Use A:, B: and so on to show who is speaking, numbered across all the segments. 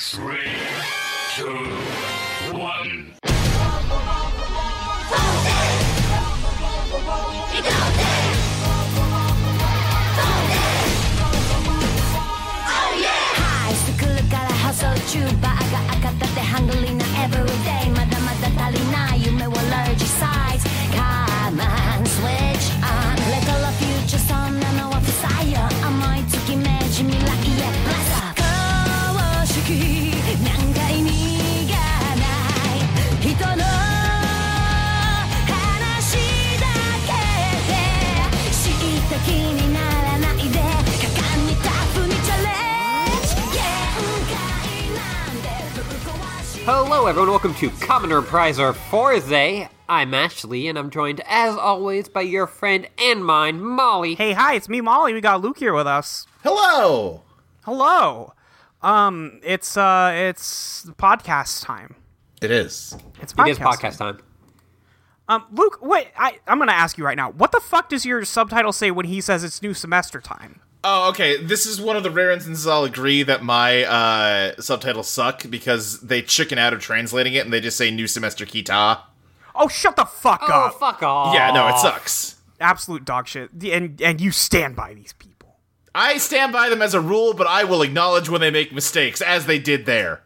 A: Three, two, one.
B: Hi, スクールから発想中バーが赤だってハングリーな everyday まだまだ足りない夢は large size Come on, switch on レトロフューチャーそんなのは不採用思いつき明治未来へ Bless up 公式何回逃がない人の話だけで知った気にならないで果敢にタフにチャレンジ限界なんてぶっ壊し
C: Hello, everyone. Welcome to Commoner Prizer Forze. I'm Ashley, and I'm joined, as always, by your friend and mine, Molly.
D: Hey, hi, it's me, Molly. We got Luke here with us.
E: Hello.
D: Hello. Um, it's uh, it's podcast time.
E: It is.
D: It's podcast.
C: it is podcast time.
D: Um, Luke, wait, I I'm gonna ask you right now. What the fuck does your subtitle say when he says it's new semester time?
E: Oh, okay. This is one of the rare instances I'll agree that my uh, subtitles suck because they chicken out of translating it and they just say new semester kita.
D: Oh, shut the fuck
C: Oh,
D: up!
C: fuck off.
E: Yeah, no, it sucks.
D: Absolute dog shit. The- And and you stand by these people.
E: I stand by them as a rule, but I will acknowledge when they make mistakes, as they did there.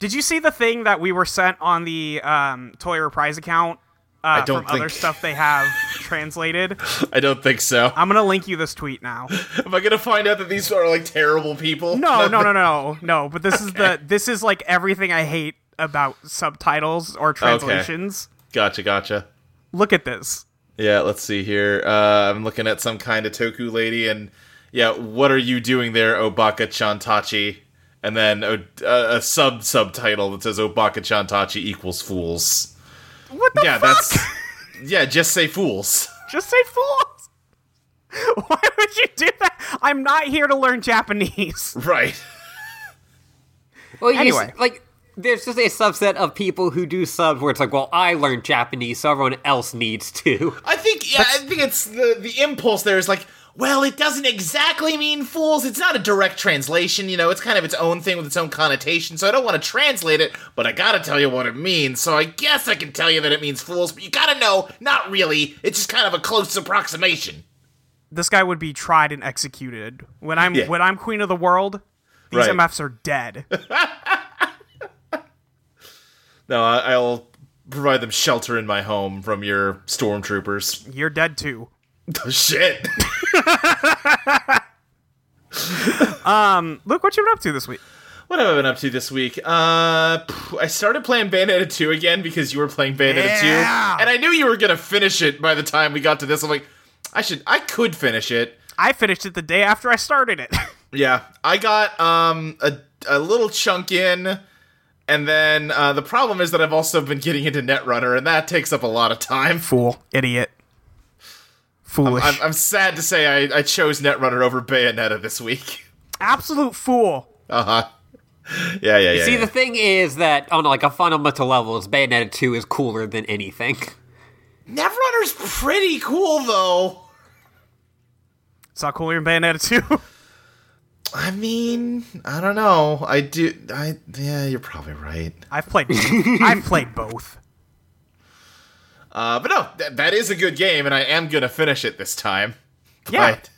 D: Did you see the thing that we were sent on the um Toy Reprise account? Uh,
E: I don't
D: from other
E: think-
D: stuff they have translated.
E: I don't think so.
D: I'm gonna link you this tweet now.
E: Am I gonna find out that these are like terrible people?
D: No, no, no, no, no. But this is the this is like everything I hate about subtitles or translations.
E: Gotcha, gotcha.
D: Look at this.
E: Yeah, let's see here. Uh, I'm looking at some kind of toku lady, and yeah, what are you doing there, Obaka Chantachi? And then a, a, a sub subtitle that says Obaka Chantachi equals fools.
D: What the
E: Yeah,
D: fuck?
E: that's yeah. Just say fools.
D: Just say fools. Why would you do that? I'm not here to learn Japanese.
E: Right.
C: Well, you
D: Anyway.
C: s- like, there's just a subset of people who do subs where it's like, well, I learned Japanese, so everyone else needs to.
E: I think yeah. I think it's the the impulse there is like. Well, it doesn't exactly mean fools. It's not a direct translation, you know. It's kind of its own thing with its own connotation. So I don't want to translate it, but I gotta tell you what it means. So I guess I can tell you that it means fools, but you gotta know, not really. It's just kind of a close approximation.
D: This guy would be tried and executed. When I'm
E: Yeah.
D: when I'm queen of the world, these
E: Right.
D: MFs are dead.
E: No, I, I'll provide them shelter in my home from your stormtroopers.
D: You're dead too.
E: Oh, shit.
D: Luke, what you been up to this week?
E: what have I been up to this week? Uh, phew, I started playing Bayonetta 2 again because you were playing Bayonetta 2. And I knew you were going to finish it by the time we got to this. I'm like, I should, I could finish it.
D: I finished it the day after I started it.
E: Yeah. I got, um, a, a little chunk in. And then uh, the problem is that I've also been getting into Netrunner, and that takes up a lot of time.
D: Fool, idiot, foolish.
E: I'm, I'm sad to say I, I chose Netrunner over Bayonetta this week. Uh-huh.
D: absolute fool.
E: Yeah, yeah, yeah.
C: See,
E: yeah.
C: the thing is that on like a fundamental level, is Bayonetta 2 is cooler than anything.
E: Netrunner's pretty cool, though.
D: It's not cooler than Bayonetta 2.
E: I mean, I don't know. I do. I yeah, you're probably right.
D: I've played I've played both.
E: Uh, but no, th- that is a good game, and I am gonna finish it this time.
D: Yeah.
E: But-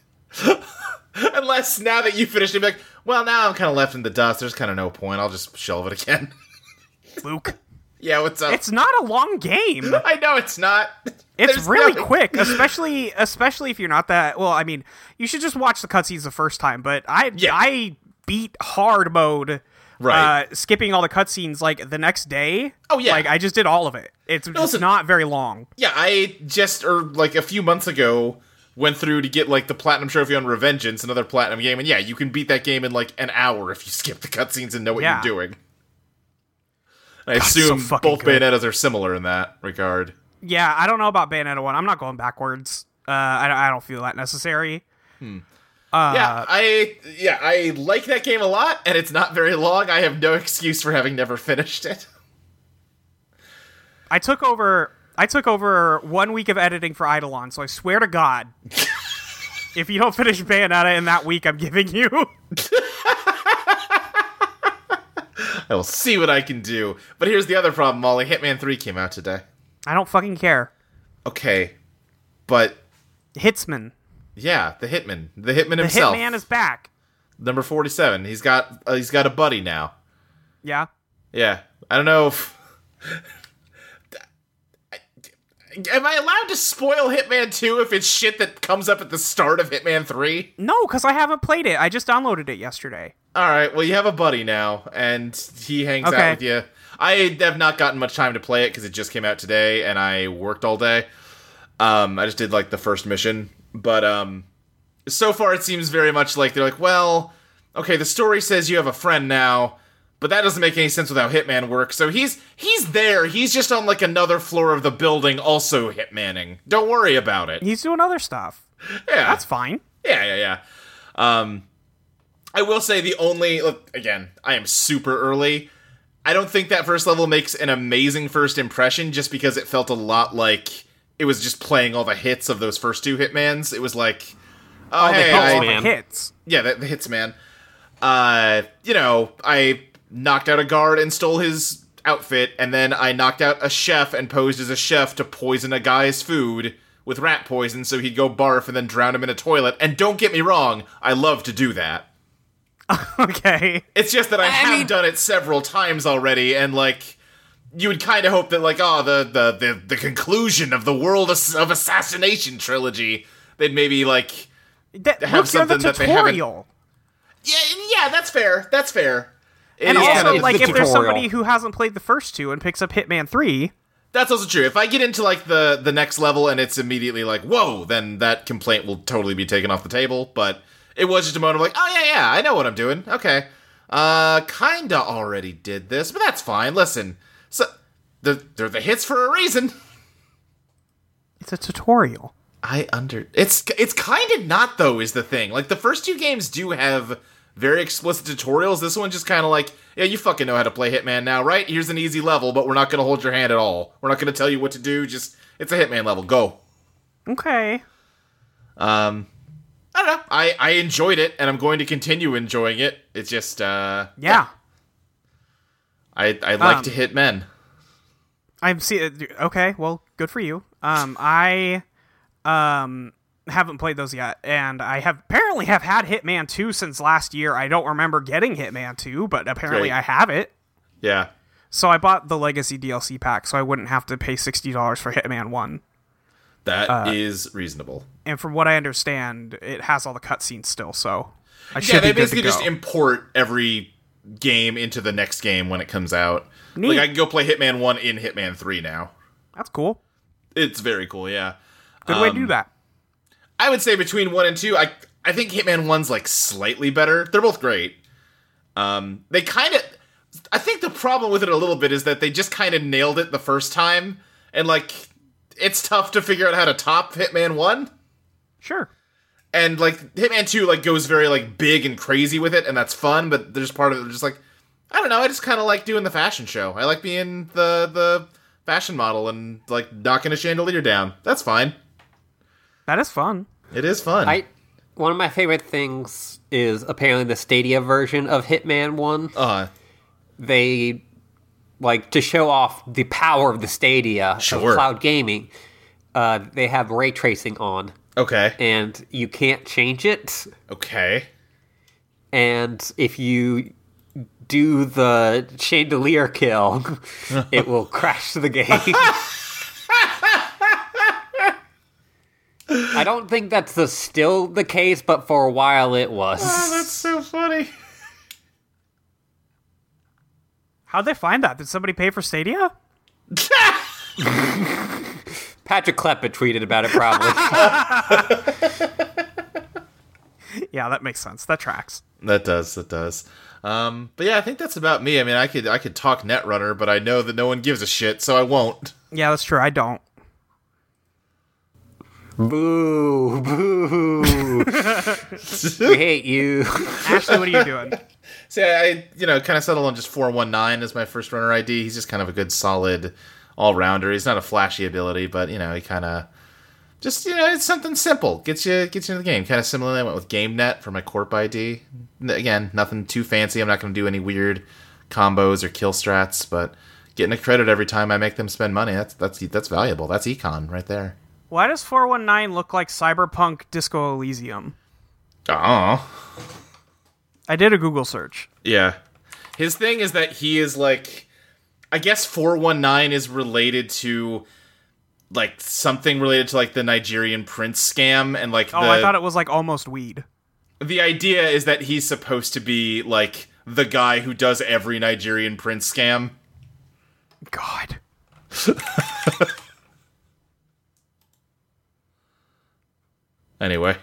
E: unless now that you finished it, be like, well, now I'm kind of left in the dust. There's kind of no point. I'll just shelve it again.
D: Luke.
E: yeah, what's up?
D: It's not a long game.
E: I know it's not.
D: It's
E: There's
D: really
E: nothing-
D: quick, especially especially if you're not that well, I mean, you should just watch the cutscenes the first time, but I
E: Yeah.
D: I beat hard mode
E: Right.
D: uh skipping all the cutscenes like the next day.
E: Oh, yeah.
D: Like I just did all of it. It's just
E: listen-
D: not very long.
E: Yeah, I just or like a few months ago went through to get like the platinum trophy on Revengeance, another platinum game, and yeah, you can beat that game in like an hour if you skip the cutscenes and know what
D: Yeah.
E: you're doing. I
D: so
E: assume
D: fucking
E: both
D: good.
E: Bayonettas are similar in that regard.
D: Yeah, I don't know about Bayonetta 1. I'm not going backwards. Uh I, don't- I don't feel that necessary.
E: yeah,
D: Uh,
E: I yeah I like that game a lot, and it's not very long. I have no excuse for having never finished it.
D: I took over. I took over one week of editing for Eidolon, so I swear to God, if you don't finish Bayonetta in that week, I'm giving you.
E: I will see what I can do. But here's the other problem, Molly. Hitman 3 came out today.
D: I don't fucking care.
E: Okay. But
D: Hitsman.
E: yeah, the Hitman. The Hitman
D: The
E: himself.
D: Hitman is back.
E: number 47. He's got uh, he's got a buddy now.
D: Yeah.
E: Yeah. I don't know if Am I allowed to spoil Hitman 2 if it's shit that comes up at the start of Hitman 3?
D: No, because I haven't played it. I just downloaded it yesterday.
E: All right. Well, you have a buddy now, and he hangs
D: Okay.
E: out with you. I have not gotten much time to play it because it just came out today, and I worked all day. Um, I just did like the first mission, but um, so far it seems very much like they're like, well, okay, the story says you have a friend now, but that doesn't make any sense with how Hitman works. So he's he's there. He's just on like another floor of the building, also Hitmaning. Don't worry about it.
D: He's doing other stuff.
E: Yeah,
D: That's fine.
E: yeah, yeah, yeah. Um, I will say the only look again. I am super early. I don't think that first level makes an amazing first impression, just because it felt a lot like it was just playing all the hits of those first two Hitmans. It was like, oh, hey,
C: hits,
E: I-
C: man.
D: It hits.
E: yeah, the, the hits man. Uh, you know, I knocked out a guard and stole his outfit, and then I knocked out a chef and posed as a chef to poison a guy's food with rat poison so he'd go barf and then drown him in a toilet. And don't get me wrong, I love to do that.
D: Okay.
E: It's just that I, have done it several times already, and like you would kind of hope that like oh the the the, the conclusion of the world Ass- of assassination trilogy they'd maybe like
D: That,
E: have
D: look, you're the
E: something that they haven't-
D: tutorial.
E: yeah yeah that's fair that's fair. It
D: and
E: is
D: also,
E: kinda the-
D: like, if
E: the
D: there's
C: tutorial.
D: somebody who hasn't played the first two and picks up Hitman 3,
E: That's also true. If I get into like the the next level and it's immediately like whoa, then that complaint will totally be taken off the table. But it was just a moment of like, oh yeah, yeah, I know what I'm doing. Okay, uh, kinda already did this, but that's fine. Listen, so the they're the hits for a reason.
D: it's a tutorial.
E: I under it's it's kind of not though is the thing. Like the first two games do have very explicit tutorials. This one just kind of like yeah, you fucking know how to play Hitman now, right? Here's an easy level, but we're not gonna hold your hand at all. We're not gonna tell you what to do. Just it's a Hitman level. Go.
D: Okay.
E: Um, I don't know. I I enjoyed it, and I'm going to continue enjoying it. It's just uh,
D: Yeah.
E: I I like
D: Um,
E: to hit men.
D: I'm see. uh, Okay, well, good for you. Um, I um haven't played those yet, and I have apparently have had Hitman two since last year. I don't remember getting Hitman two, but apparently
E: Great.
D: I have it.
E: Yeah,
D: So I bought the Legacy DLC pack, so I wouldn't have to pay sixty dollars for Hitman one.
E: that is
D: uh,
E: reasonable.
D: And from what I understand, it has all the cutscenes still. So I should
E: Yeah,
D: be
E: they
D: good
E: basically
D: to go.
E: just import every game into the next game when it comes out.
D: Neat.
E: Like I can go play Hitman One in Hitman Three now.
D: That's cool.
E: It's very cool. Yeah,
D: Good way to
E: Um,
D: do that.
E: I would say between one and two. I I think Hitman One's like slightly better. They're both great. Um, they kind of. I think the problem with it a little bit is that they just kind of nailed it the first time, and like it's tough to figure out how to top Hitman One.
D: Sure.
E: And like Hitman Two, like goes very like big and crazy with it, and that's fun. But there's part of it that's just like I don't know. I just kind of like doing the fashion show. I like being the the fashion model and like knocking a chandelier down. That's fine.
D: That is fun.
E: It is fun.
C: I one of my favorite things is apparently the Stadia version of Hitman One.
E: uh,
C: They like to show off the power of the Stadia
E: Sure.
C: of cloud gaming. Uh, they have ray tracing on,
E: okay,
C: and you can't change it.
E: okay.
C: And if you do the chandelier kill, it will crash the game. I don't think that's the, still the case, but for a while it was.
E: That's so funny.
D: How'd they find that? Did somebody pay for Stadia?
C: Patrick Kleppa tweeted about it probably.
D: Yeah, that makes sense. That tracks.
E: That does. That does. Um, but yeah, I think that's about me. I mean, I could I could talk Netrunner, but I know that no one gives a shit, so I won't.
D: Yeah, that's true. I don't.
C: boo, boo. we hate you.
D: Ashley, what are you doing?
E: See, I, I you know kind of settled on just four one nine as my first runner ID. He's just kind of a good, solid all rounder. He's not a flashy ability, but you know he kind of just you know it's something simple gets you gets you in the game. Kind of similarly, I went with GameNet for my Corp ID. N- Again, nothing too fancy. I'm not going to do any weird combos or kill strats, but getting a credit every time I make them spend money, that's that's that's valuable. That's econ right there.
D: Why does 419 look like Cyberpunk Disco Elysium?
E: Oh.
D: I did a Google search.
E: Yeah. His thing is that he is like I guess 419 is related to like something related to like the Nigerian prince scam and like
D: Oh,
E: the
D: I thought it was like almost weed.
E: the idea is that he's supposed to be like the guy who does every Nigerian prince scam.
D: God.
E: Anyway,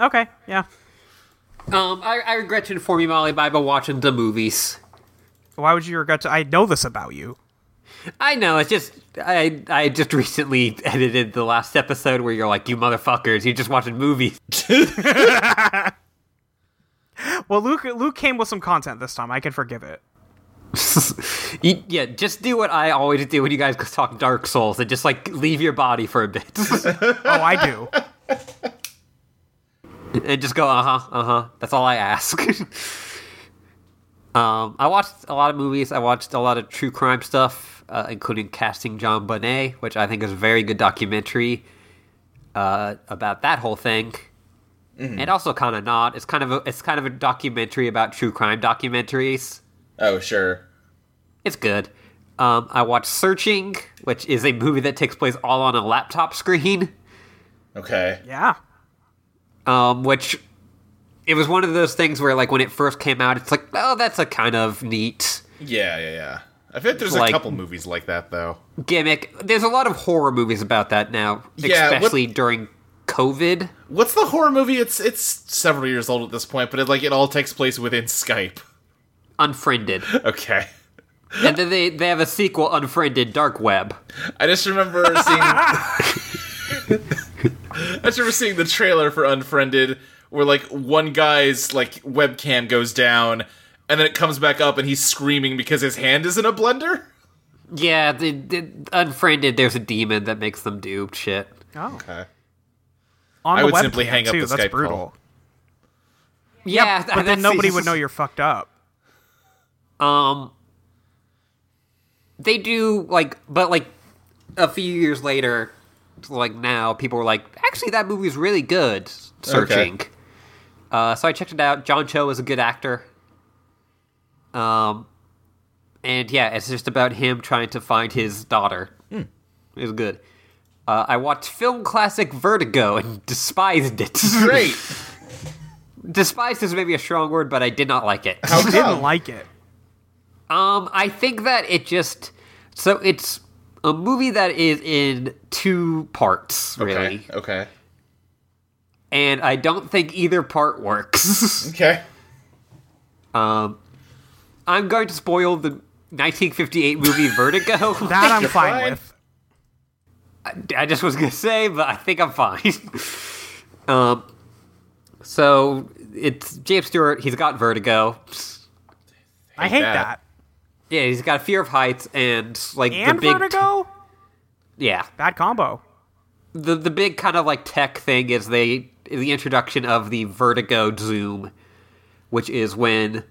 D: Okay, yeah.
C: Um, I, I regret to inform you, Molly, but I've been watching the movies.
D: Why would you regret to? I know this about you.
C: I know it's just I I just recently edited the last episode where you're like, you motherfuckers, you just watching movies.
D: Well, Luke Luke came with some content this time. I can forgive it.
C: You- yeah, just do what I always do when you guys talk Dark Souls and just like leave your body for a bit
D: Oh, I do.
C: and just go, uh huh, uh huh. That's all I ask. um, I watched a lot of movies. I watched a lot of true crime stuff, uh, including Casting John Bonet, which I think is a very good documentary uh, about that whole thing. And also, kind of not. It's kind of a, it's kind of a documentary about true crime documentaries.
E: oh sure.
C: It's good. Um, I watched Searching, which is a movie that takes place all on a laptop screen.
E: Okay.
D: Yeah.
C: Um, which it was one of those things where, like, when it first came out, it's like, oh, that's a kind of neat
E: Yeah, yeah, yeah. I feel like there's
C: Like-
E: a couple movies like that though.
C: gimmick. There's a lot of horror movies about that now,
E: Yeah, what-
C: especially during COVID.
E: What's the horror movie? It's it's several years old at this point, but it like it all takes place within Skype.
C: Unfriended,
E: Okay.
C: and then they they have a sequel, Unfriended Dark Web.
E: I just remember seeing I just remember seeing the trailer for Unfriended where like one guy's like webcam goes down and then it comes back up and he's screaming because his hand is in a blender.
C: Yeah, the, the Unfriended. There's a demon that makes them do shit.
D: Oh.
E: Okay.
D: On
E: I
D: the
E: would
D: webcam,
E: simply hang up
D: too.
E: the
D: That's
E: Skype call.
D: brutal.
C: Yeah,
D: But then
C: that's-
D: nobody would know you're fucked up.
C: Um, they do like, but like a few years later, like now, people were like, actually, that movie's really good. Searching, uh, so I checked it out. John Cho is a good actor. Um, and yeah, it's just about him trying to find his daughter. It was good. Uh, I watched film classic Vertigo and despised it.
E: Great.
C: despised is maybe a strong word, but I did not like it.
E: How
D: Didn't
E: come?
D: like it.
C: Um, I think that it just so it's a movie that is in two parts, really,
E: Okay. Okay.
C: and I don't think either part works. Um,
E: Okay.
C: I'm going to spoil the 1958 movie Vertigo.
D: That I'm fine,
E: fine.
D: with.
C: I just was gonna say, but I think I'm fine. um, so it's James Stewart. He's got vertigo.
D: I hate
E: that.
D: that.
C: Yeah, he's got fear of heights and like
D: And
C: the big
D: vertigo?
C: yeah.
D: Bad combo.
C: the the big kind of like tech thing is they the introduction of the vertigo zoom which is when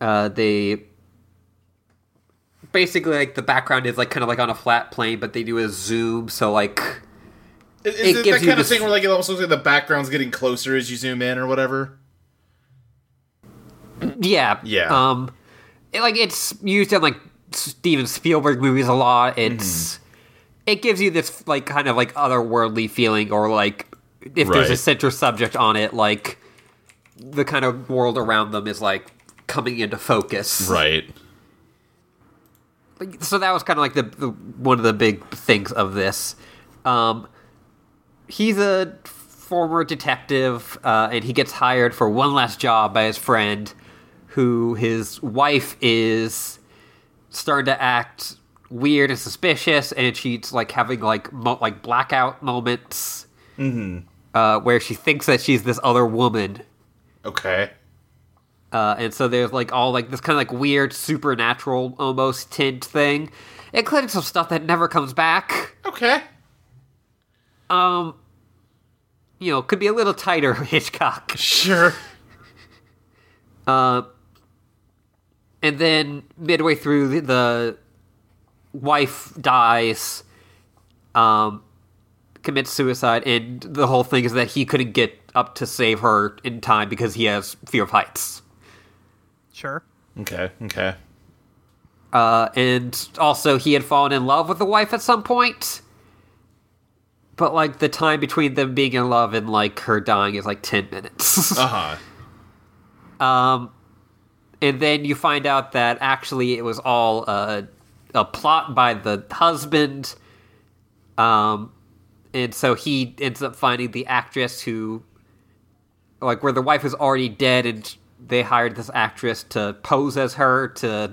C: uh they basically like the background is like kind of like on a flat plane but they do a zoom so like
E: Is,
C: It
E: is it,
C: gives
E: that
C: you
E: kind of
C: the-
E: thing where like it almost looks like the background's getting closer as you zoom in or whatever?
C: yeah
E: Yeah.
C: um it- like it's used in like steven spielberg movies a lot
E: Mm-hmm.
C: it's it gives you this like kind of like otherworldly feeling or like if there's a
E: Right.
C: central subject on it like the kind of world around them is like coming into focus
E: Right.
C: so that was kind of like the, the one of the big things of this. Um, he's a former detective, uh, and he gets hired for one last job by his friend, who his wife is starting to act weird and suspicious, and she's like having like mo- like blackout moments uh, where she thinks that she's this other woman.
E: Okay.
C: Uh, and so there's like all like this kind of like weird supernatural almost tint thing, including some stuff that never comes back.
E: Okay.
C: Um, you know, could be a little tighter Hitchcock.
E: Sure.
C: Uh, and then midway through the, the wife dies um commits suicide and the whole thing is that he couldn't get up to save her in time because he has fear of heights
D: Sure.
E: Okay. Okay.
C: uh, and also he had fallen in love with the wife at some point but like the time between them being in love and like her dying is like 10 minutes Um,
E: Uh huh.
C: and then you find out that actually it was all uh, a plot by the husband um and so he ends up finding the actress who like where the wife was already dead and they hired this actress to pose as her to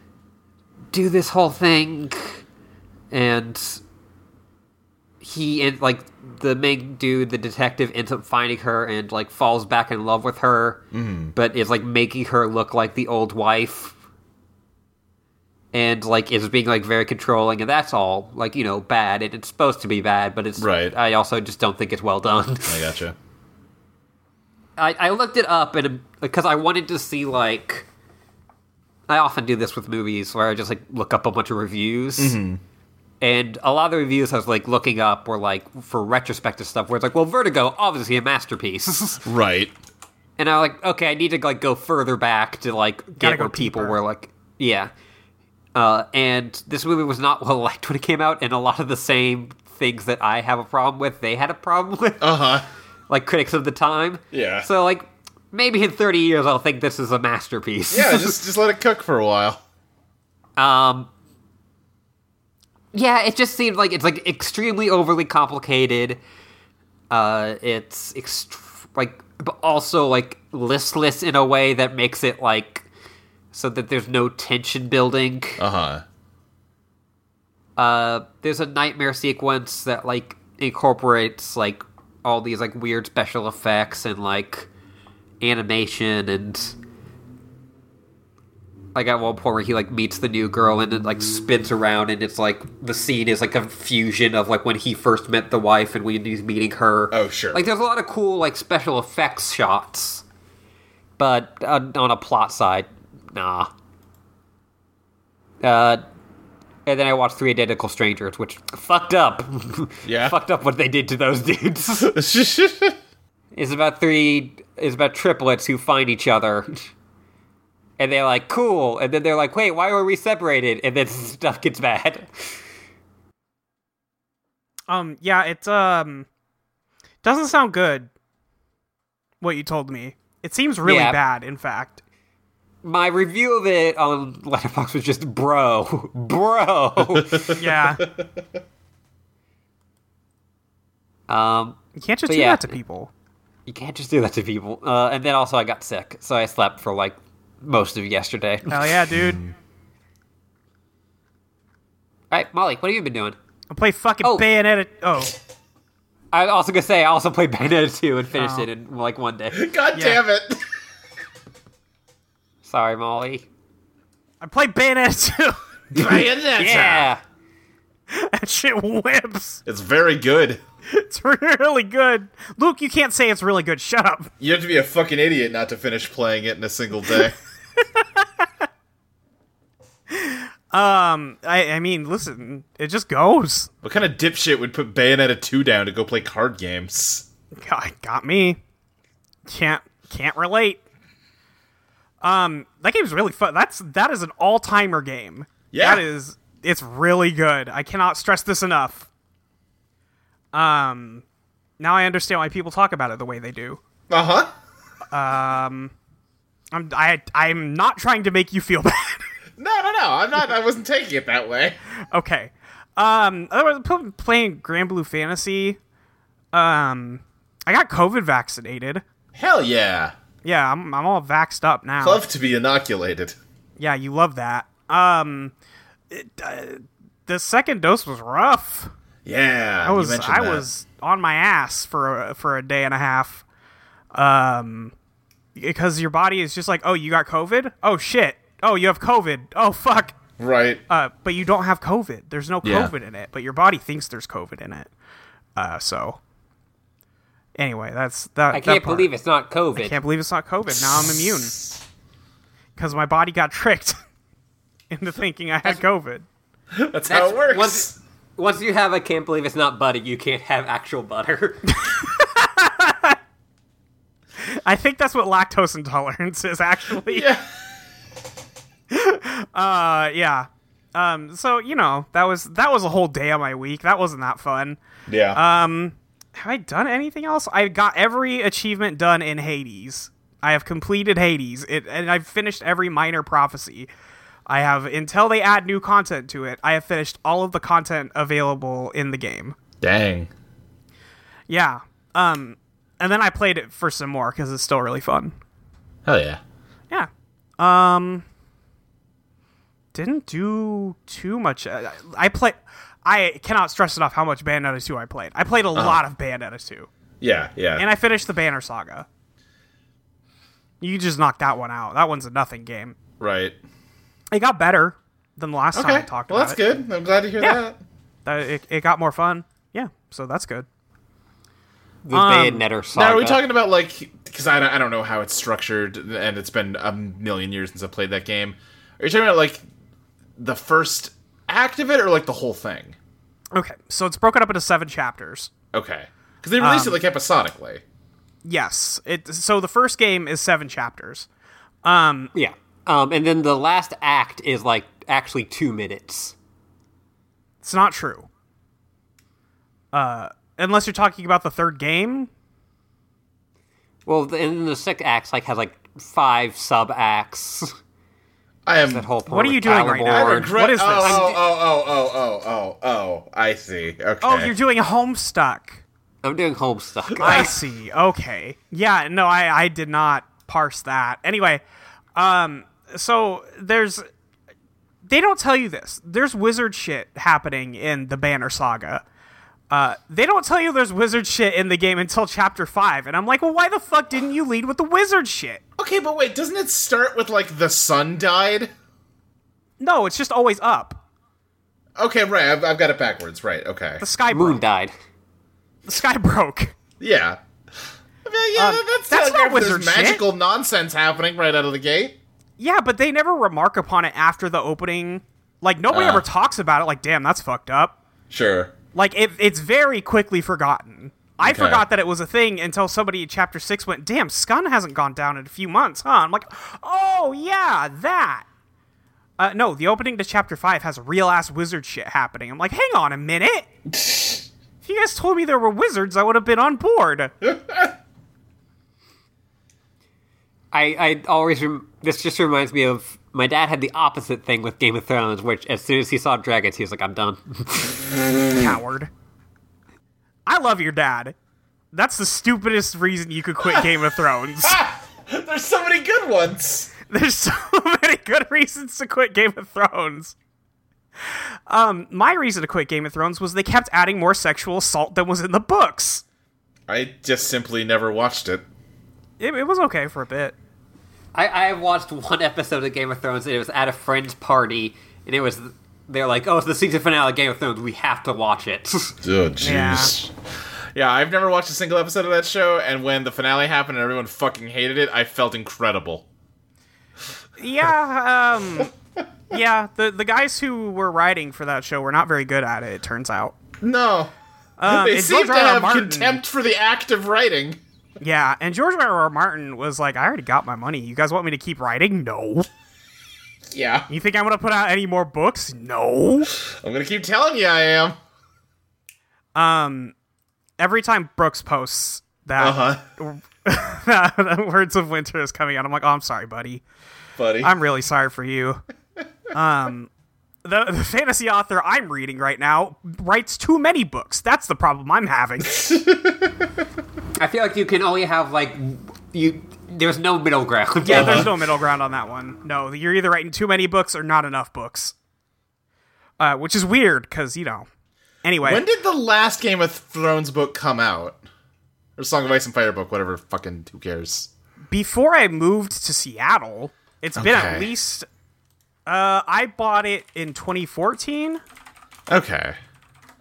C: do this whole thing and he and like the main dude, the detective, ends up finding her and like falls back in love with her, but is like making her look like the old wife, and like is being like very controlling, and that's all like you know bad, and it's supposed to be bad, but it's
E: Right.
C: I also just don't think it's well done.
E: I gotcha.
C: I, I looked it up and because I wanted to see like I often do this with movies where I just like look up a bunch of reviews.
D: Mm-hmm.
C: And a lot of the reviews I was like looking up were like for retrospective stuff where it's like, well, Vertigo, obviously a masterpiece.
E: Right.
C: and I was like, okay, I need to like go further back to like get
D: Gotta go
C: where people
D: deeper.
C: were like, yeah. Uh, and this movie was not well liked when it came out, and a lot of the same things that I have a problem with, they had a problem with
E: Uh huh.
C: like critics of the time.
E: Yeah.
C: So like maybe in 30 years I'll think this is a masterpiece.
E: Yeah. Just just let it cook for a while.
C: um Yeah, it just seemed like it's like extremely overly complicated. Uh it's ext- like but also like listless in a way that makes it like so that there's no tension building.
E: Uh huh.
C: Uh, there's a nightmare sequence that like incorporates like all these like weird special effects and like animation and like at one point where he like meets the new girl and it like spins around and it's like the scene is like a fusion of like when he first met the wife and when he's meeting her.
E: Oh, sure.
C: Like there's a lot of cool like special effects shots, but uh, on a plot side, nah. Uh, and then I watched Three Identical Strangers, which fucked up.
E: Yeah.
C: fucked up what they did to those dudes. it's about three. It's about triplets who find each other, and they're like cool, and then they're like, wait, why were we separated? And then stuff gets bad.
D: Um. Yeah. It um doesn't sound good. What you told me. It seems really
C: Yeah.
D: bad. In fact.
C: My review of it on Letterboxd was just bro, bro.
D: Yeah.
C: um,
D: you can't just
C: But
D: do
C: yeah.
D: that to people.
C: you can't just do that to people. Uh, and then also I got sick, so I slept for like most of yesterday. All
D: Hell yeah, dude.
C: right, Molly, what have you been doing?
D: I play fucking
C: Oh.
D: Bayonetta. Oh.
C: I was also gonna say I also played Bayonetta 2 and finished it in like one day.
E: God
D: Yeah.
E: damn it.
C: Sorry, Molly.
D: I play Bayonetta 2.
E: Bayonetta.
C: Yeah.
D: that shit whips.
E: It's very good.
D: It's really good. Luke, you can't say it's really good. Shut up.
E: You have to be a fucking idiot not to finish playing it in a single day.
D: I, I mean, listen, it just goes.
E: what kind of dipshit would put Bayonetta 2 down to go play card games?
D: God, got me. Can't can't relate. Um, that game's really fun. That's that is an all timer game.
E: Yeah.
D: that is. It's really good. I cannot stress this enough. Um, now I understand why people talk about it the way they do.
E: Uh
D: Uh-huh.
E: huh.
D: I'm I I'm not trying to make you feel bad.
E: No, no, no. I'm not. I wasn't taking it that way.
D: okay. Um, otherwise, pl- playing Grand Blue Fantasy. Um, I got COVID vaccinated.
E: Hell yeah.
D: Yeah, I'm I'm all vaxxed up now.
E: Love to be inoculated.
D: Yeah, you love that. Um, it, uh, the second dose was rough.
E: Yeah.
D: I was I was on my ass for a, for a day and a half. Um, because your body is just like, oh, you got COVID. Oh shit. Oh, you have COVID. Oh fuck.
E: right.
D: Uh, but you don't have COVID. There's no
E: Yeah.
D: COVID in it. But your body thinks there's COVID in it. Uh, so. Anyway, that's that.
C: I can't believe it's not COVID.
D: Can't believe it's not COVID. Now I'm immune. because my body got tricked into thinking I had COVID.
E: That's, how it works.
C: Once, once you have I can't believe it's not butter, you can't have actual butter.
D: I think that's what lactose intolerance is actually.
E: yeah.
D: Uh, yeah. Um, so you know that was that was a whole day of my week. That wasn't that fun.
E: Yeah.
D: Have I done anything else? I got every achievement done in Hades. I have completed Hades, it, and I've finished every minor prophecy. I have until they add new content to it. I have finished all of the content available in the game.
E: Dang.
D: Yeah. Um, and then I played it for some more because it's still really fun.
E: Hell yeah.
D: Yeah. Um, didn't do too much. Uh, I play. I cannot stress enough how much Bayonetta 2 I played. I played a
E: Uh-huh.
D: lot of Bayonetta 2.
E: Yeah, yeah.
D: and I finished the Banner Saga. You just knocked that one out. That one's a nothing game.
E: right.
D: It got better than the last time I
E: Okay.
D: talked
E: well,
D: about
E: that's
D: it.
E: good. I'm glad to hear
D: Yeah.
E: that.
D: That- It, it got more fun. Yeah, so that's good.
C: the Bayonetter saga.
E: Now, are we talking about like because I, don't- I don't know how it's structured, and it's been a million years since I played that game. Are you talking about like the first act of it, or like the whole thing?
D: Okay, so it's broken up into seven chapters.
E: Okay, because they released
D: Um,
E: it like episodically.
D: Yes, it. So the first game is seven chapters.
C: Yeah. Um, and then the last act is like actually two minutes.
D: It's not true. Uh, unless you're talking about the third game.
C: Well, the, and then the sixth act like has like five sub acts.
E: I am.
C: That whole part
D: What are
C: with
D: you doing right now?
E: I
C: Caliborn.
E: regret.
D: What is
E: oh,
D: this?
E: Oh, oh, oh, oh, oh, oh, oh! I see. Okay.
D: Oh, you're doing a Homestuck.
C: I'm doing home stuff.
D: I see. Okay. Yeah, no, I, I did not parse that. Anyway, um so there's they don't tell you this. There's wizard shit happening in the Banner Saga. Uh, they don't tell you there's wizard shit in the game until chapter five, and I'm like, well, why the fuck didn't you lead with the wizard shit?
E: okay, but wait, doesn't it start with like the sun died?
D: No, it's just always up.
E: Okay, right. I've, I've got it backwards. Right. Okay.
D: The sky
C: Moon
D: broke.
C: died.
D: The sky broke.
E: Yeah. I mean, yeah, that's,
D: Um, that's
E: telegraph.
D: not
E: There's
D: wizard shit.
E: magical nonsense happening right out of the gate.
D: Yeah, but they never remark upon it after the opening. Like nobody
E: Uh.
D: ever talks about it. Like, damn, that's fucked up.
E: Sure.
D: Like it, it's very quickly forgotten. I
E: Okay.
D: forgot that it was a thing until somebody in chapter six went, "Damn, Scun hasn't gone down in a few months, huh?" I'm like, "Oh yeah, that." Uh, no, the opening to chapter five has real ass wizard shit happening. I'm like, "Hang on a minute." if you guys told me there were wizards, I would have been on board.
C: I, I always rem- this just reminds me of my dad had the opposite thing with Game of Thrones, which as soon as he saw dragons, he was like, "I'm done."
D: Coward. I love your dad. That's the stupidest reason you could quit Game of Thrones.
E: There's so many good ones.
D: There's so many good reasons to quit Game of Thrones. Um, my reason to quit Game of Thrones was they kept adding more sexual assault than was in the books.
E: I just simply never watched it.
D: It, it was okay for a bit.
C: I, I have watched one episode of Game of Thrones, and it was at a friend's party, and it was they're like, "Oh, it's the season finale of Game of Thrones. We have to watch it."
E: Oh,
D: jeez.
E: Yeah, I've never watched a single episode of that show, and when the finale happened and everyone fucking hated it, I felt incredible.
D: Yeah, um, yeah. The the guys who were writing for that show were not very good at it. It turns out.
E: No. they
D: and
E: seem
D: George Um, R.
E: to
D: R.
E: have
D: Martin-
E: contempt for the act of writing.
D: Yeah, and George R. R. Martin was like, "I already got my money. You guys want me to keep writing? No.
E: Yeah.
D: You think I'm gonna put out any more books? No."
E: I'm gonna keep telling you I am.
D: Um, every time Brooks posts that
E: Uh-huh.
D: the words of winter is coming out. I'm like, oh, I'm sorry, buddy.
E: Buddy.
D: I'm really sorry for you. Um, the, the fantasy author I'm reading right now writes too many books. That's the problem I'm having.
C: I feel like you can only have like you. There's no middle ground.
D: Yeah, there's no middle ground on that one. No, you're either writing too many books or not enough books. Uh, which is weird because you know. Anyway,
E: when did the last Game of Thrones book come out? Or Song of Ice and Fire book, whatever fucking who cares.
D: before I moved to Seattle, it's been at
E: Okay.
D: least. Uh, I bought it in 2014.
E: Okay.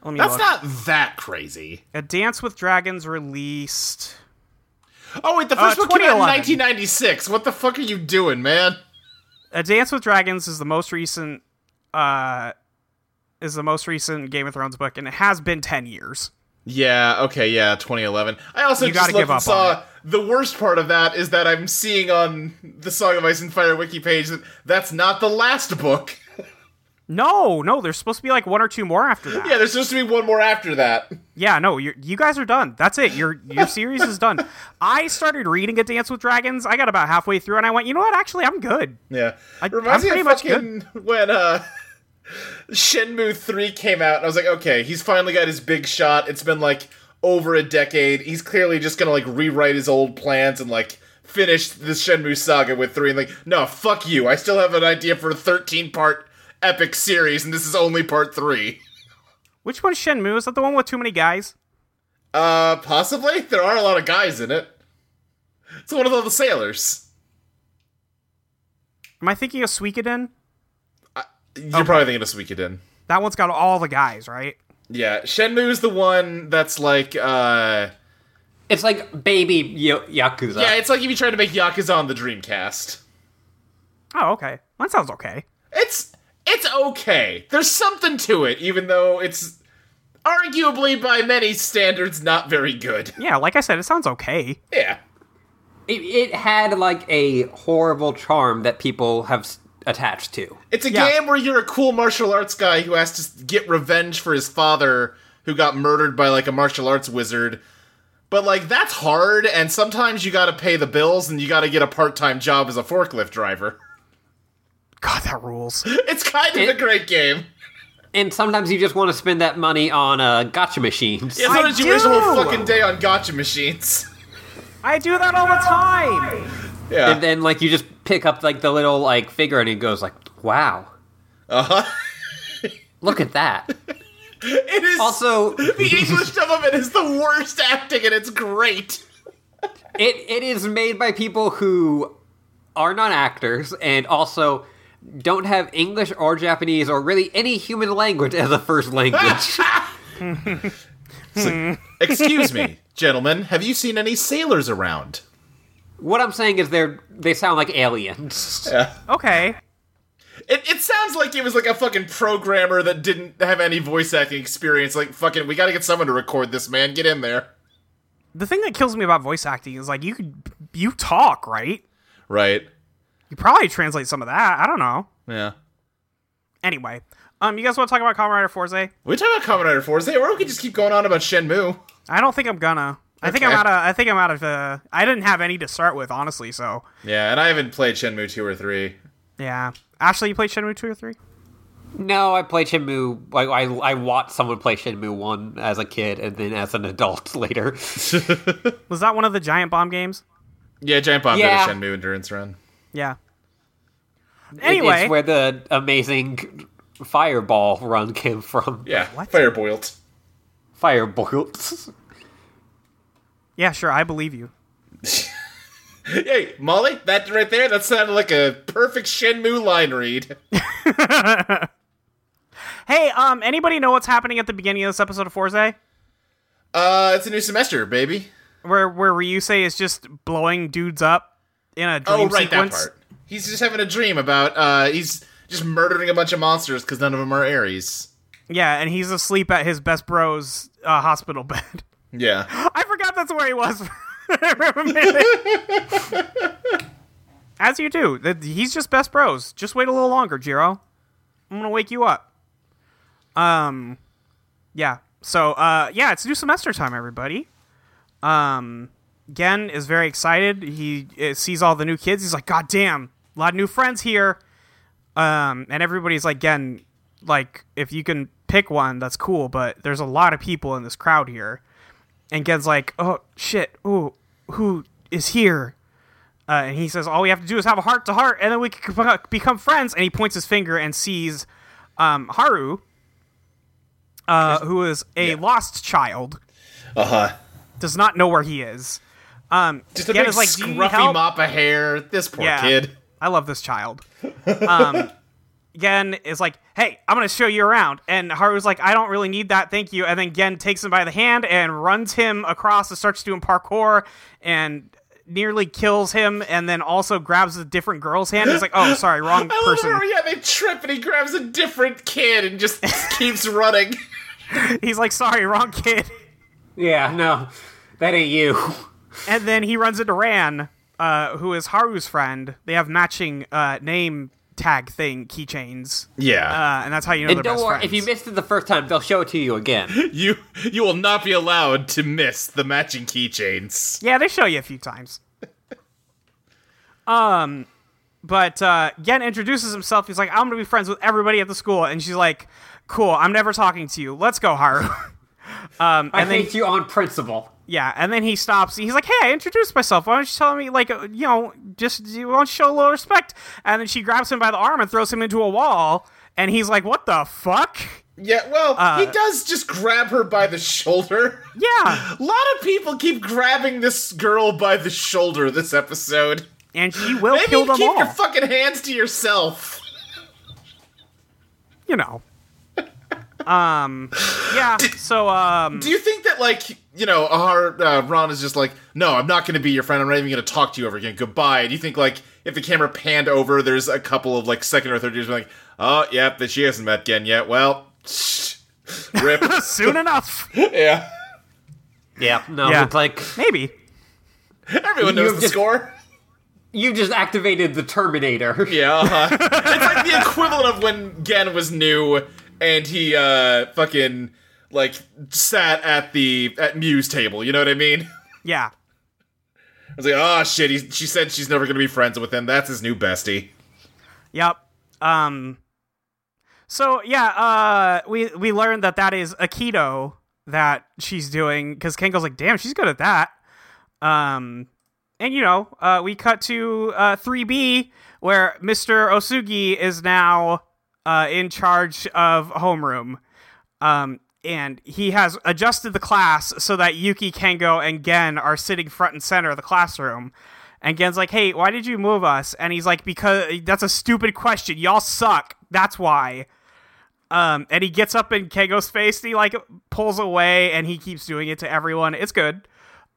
D: Let me
E: That's
D: look.
E: not that crazy.
D: A Dance with Dragons released.
E: Oh wait, the first
D: Uh,
E: book came out in
D: 2011.
E: 1996. What the fuck are you doing, man?
D: A Dance with Dragons is the most recent uh is the most recent Game of Thrones book and it has been 10 years.
E: Yeah, okay, yeah, 2011. I also
D: You
E: just
D: gotta give
E: looked and
D: up on
E: saw the worst part of that is that I'm seeing on the Song of Ice and Fire wiki page that that's not the last book.
D: No, no, there's supposed to be like one or two more after that.
E: Yeah, there's supposed to be one more after that.
D: Yeah, no, you you guys are done. That's it. Your your series is done. I started reading A Dance with Dragons. I got about halfway through and I went, "You know what? Actually, I'm good."
E: Yeah.
D: I'm
E: Reminds me
D: pretty
E: of
D: much
E: fucking when uh Shenmue 3 came out and I was like, okay, he's finally got his big shot. It's been like over a decade. He's clearly just gonna like rewrite his old plans and like finish this Shenmue saga with 3 and like, no, fuck you. I still have an idea for a 13 part epic series and this is only part 3.
D: Which one's Shenmue? Is that the one with too many guys?
E: Uh possibly? There are a lot of guys in it. It's one of all the sailors.
D: Am I thinking of Suikoden?
E: You're probably thinking of Suikoden.
D: That one's got all the guys, right?
E: Yeah, Shenmue's the one that's like uh
C: It's like baby y- Yakuza.
E: Yeah, it's like if you tried to make Yakuza on the Dreamcast.
D: Oh, okay. Well, that sounds okay.
E: It's it's okay. There's something to it, even though it's arguably by many standards not very good.
D: Yeah, like I said, it sounds okay.
E: Yeah.
C: it, it had like a horrible charm that people have s- attached to.
E: It's a
D: Yeah.
E: game where you're a cool martial arts guy who has to s- get revenge for his father who got murdered by like a martial arts wizard. But like that's hard and sometimes you got to pay the bills and you got to get a part-time job as a forklift driver.
D: God, that rules.
E: It's kind of
C: It-
E: a great game.
C: And sometimes you just want to spend that money on uh, gotcha machines.
E: As long as you waste a whole
D: do.
E: fucking day on gotcha machines.
D: I do that all the time.
E: Yeah.
C: And then like you just pick up like the little like figure and it goes like, wow,
E: uh-huh.
C: look at that.
E: It is
C: Also,
E: the English dub of it is the worst acting, and it's great.
C: it it is made by people who are not actors and also don't have English or Japanese or really any human language as a first language.
E: Excuse me, gentlemen. Have you seen any sailors around?
C: what I'm saying is they're they sound like aliens.
D: Okay.
E: It, it sounds like it was like a fucking programmer that didn't have any voice acting experience. Like fucking, we gotta get someone to record this, man. Get in there.
D: The thing that kills me about voice acting is like you could you talk, right?
E: Right.
D: You probably translate some of that. I don't know.
E: Yeah.
D: Anyway, um, you guys want to talk about Kamen Rider Forze?
E: We talk about Kamen Rider Force, hey, or we could just keep going on about Shenmue.
D: I don't think I'm gonna. I think I'm
E: Okay.
D: out of. I think I'm out of. Uh, I didn't have any to start with, honestly. So
E: Yeah, and I haven't played Shenmue two or three.
D: yeah. Ashley, you played Shenmue two or three?
C: No, I played Shenmue. I, I I watched someone play Shenmue one as a kid, and then as an adult later.
D: Was that one of the giant bomb games?
E: Yeah, Giant Bomb
C: Yeah.
E: did a Shenmue endurance run.
D: Yeah.
C: It-
D: Anyway,
C: it's where the amazing fireball run came from.
E: Yeah,
D: What?
E: fireboiled.
C: Firebolt.
D: yeah, sure, I believe you.
E: Hey, Molly, that right there, that sounded like a perfect Shenmue line read.
D: Hey, um, anybody know what's happening at the beginning of this episode of Forze?
E: Uh, it's a new semester, baby.
D: Where where Ryusei is just blowing dudes up in a dream
E: oh, right,
D: sequence.
E: that part. He's just having a dream about, uh, he's just murdering a bunch of monsters because none of them are Aries.
D: Yeah, and he's asleep at his best bro's uh, hospital bed.
E: Yeah.
D: I forgot that's where he was for a minute. As you do, That- he's just best bros. Just wait a little longer, Jiro. I'm gonna wake you up. Um, yeah. So, uh, yeah, it's new semester time, everybody. Um, Gen is very excited. He uh, sees all the new kids. He's like, "God damn, a lot of new friends here." Um, and everybody's like, "Gen, like, if you can pick one, that's cool, but there's a lot of people in this crowd here." And Gen's like, "Oh shit, ooh, who is here?" Uh, and he says, "All we have to do is have a heart to heart, and then we can com- become friends." And he points his finger and sees um, Haru, uh, who is a lost child,
E: Uh huh.
D: does not know where he is. Um,
E: Just a
D: Gen
E: big
D: is like, "Do you need
E: scruffy
D: help?"
E: mop of hair. This poor
D: Yeah.
E: kid.
D: I love this child. Um, Gen is like, hey, I'm going to show you around. And Haru's like, I don't really need that. Thank you. And then Gen takes him by the hand and runs him across and starts doing parkour. And nearly kills him and then also grabs a different girl's hand. It's like, oh, sorry, wrong
E: I love
D: person.
E: her. Yeah, they trip and he grabs a different kid and just keeps running.
D: He's like, sorry, wrong kid.
C: Yeah, no, that ain't you.
D: And then he runs into Ran, uh, who is Haru's friend. They have matching uh, name tag thing keychains,
E: Yeah,
D: uh, and that's how you know
C: And
D: they're
C: don't
D: best
C: worry,
D: friends.
C: if you missed it the first time, they'll show it to you again.
E: you you will not be allowed to miss the matching keychains.
D: Yeah, they show you a few times. um, but uh, Gen introduces himself. He's like, "I'm gonna be friends with everybody at the school," and she's like, "Cool, I'm never talking to you. Let's go, Haru."
C: I hate you on principle.
D: yeah, and then he stops. He's like, "Hey, I introduced myself. Why don't you tell me, like, uh, you know, just you want to show a little respect?" And then she grabs him by the arm and throws him into a wall. And he's like, "What the fuck?"
E: Yeah, well,
D: Uh.
E: he does just grab her by the shoulder.
D: Yeah,
E: A lot of people keep grabbing this girl by the shoulder this episode.
D: and she will
E: Maybe
D: kill them
E: keep
D: all.
E: your fucking hands to yourself.
D: you know. um. Yeah. So um.
E: Do you think that like you know our uh, Ron is just like no, I'm not going to be your friend. I'm not even going to talk to you ever again. Goodbye. Do you think like if the camera panned over, there's a couple of like second or third years like oh yep, that she hasn't met Gen yet. Well, rip.
D: soon enough.
E: yeah,
C: Yeah, no,
D: Yeah.
C: it's like
D: Maybe.
E: everyone
C: You
E: knows the
C: just-
E: score.
C: you just activated the Terminator.
E: Yeah, uh-huh. it's like the equivalent of when Gen was new and he uh fucking like sat at the at Muse table. You know what I mean?
D: Yeah.
E: I was like, oh shit. He, she said she's never going to be friends with him. That's his new bestie.
D: Yep. Um. So yeah, uh, we we learned that that is Aikido that she's doing because Kengo's like, damn, she's good at that. Um, and you know, uh, we cut to uh 3B where Mr. Osugi is now uh in charge of homeroom. Um. And he has adjusted the class so that Yuki, Kengo, and Gen are sitting front and center of the classroom. And Gen's like, "Hey, why did you move us?" And he's like, "Because that's a stupid question. Y'all suck. That's why." Um, and he gets up in Kengo's face and he like pulls away and he keeps doing it to everyone. It's good.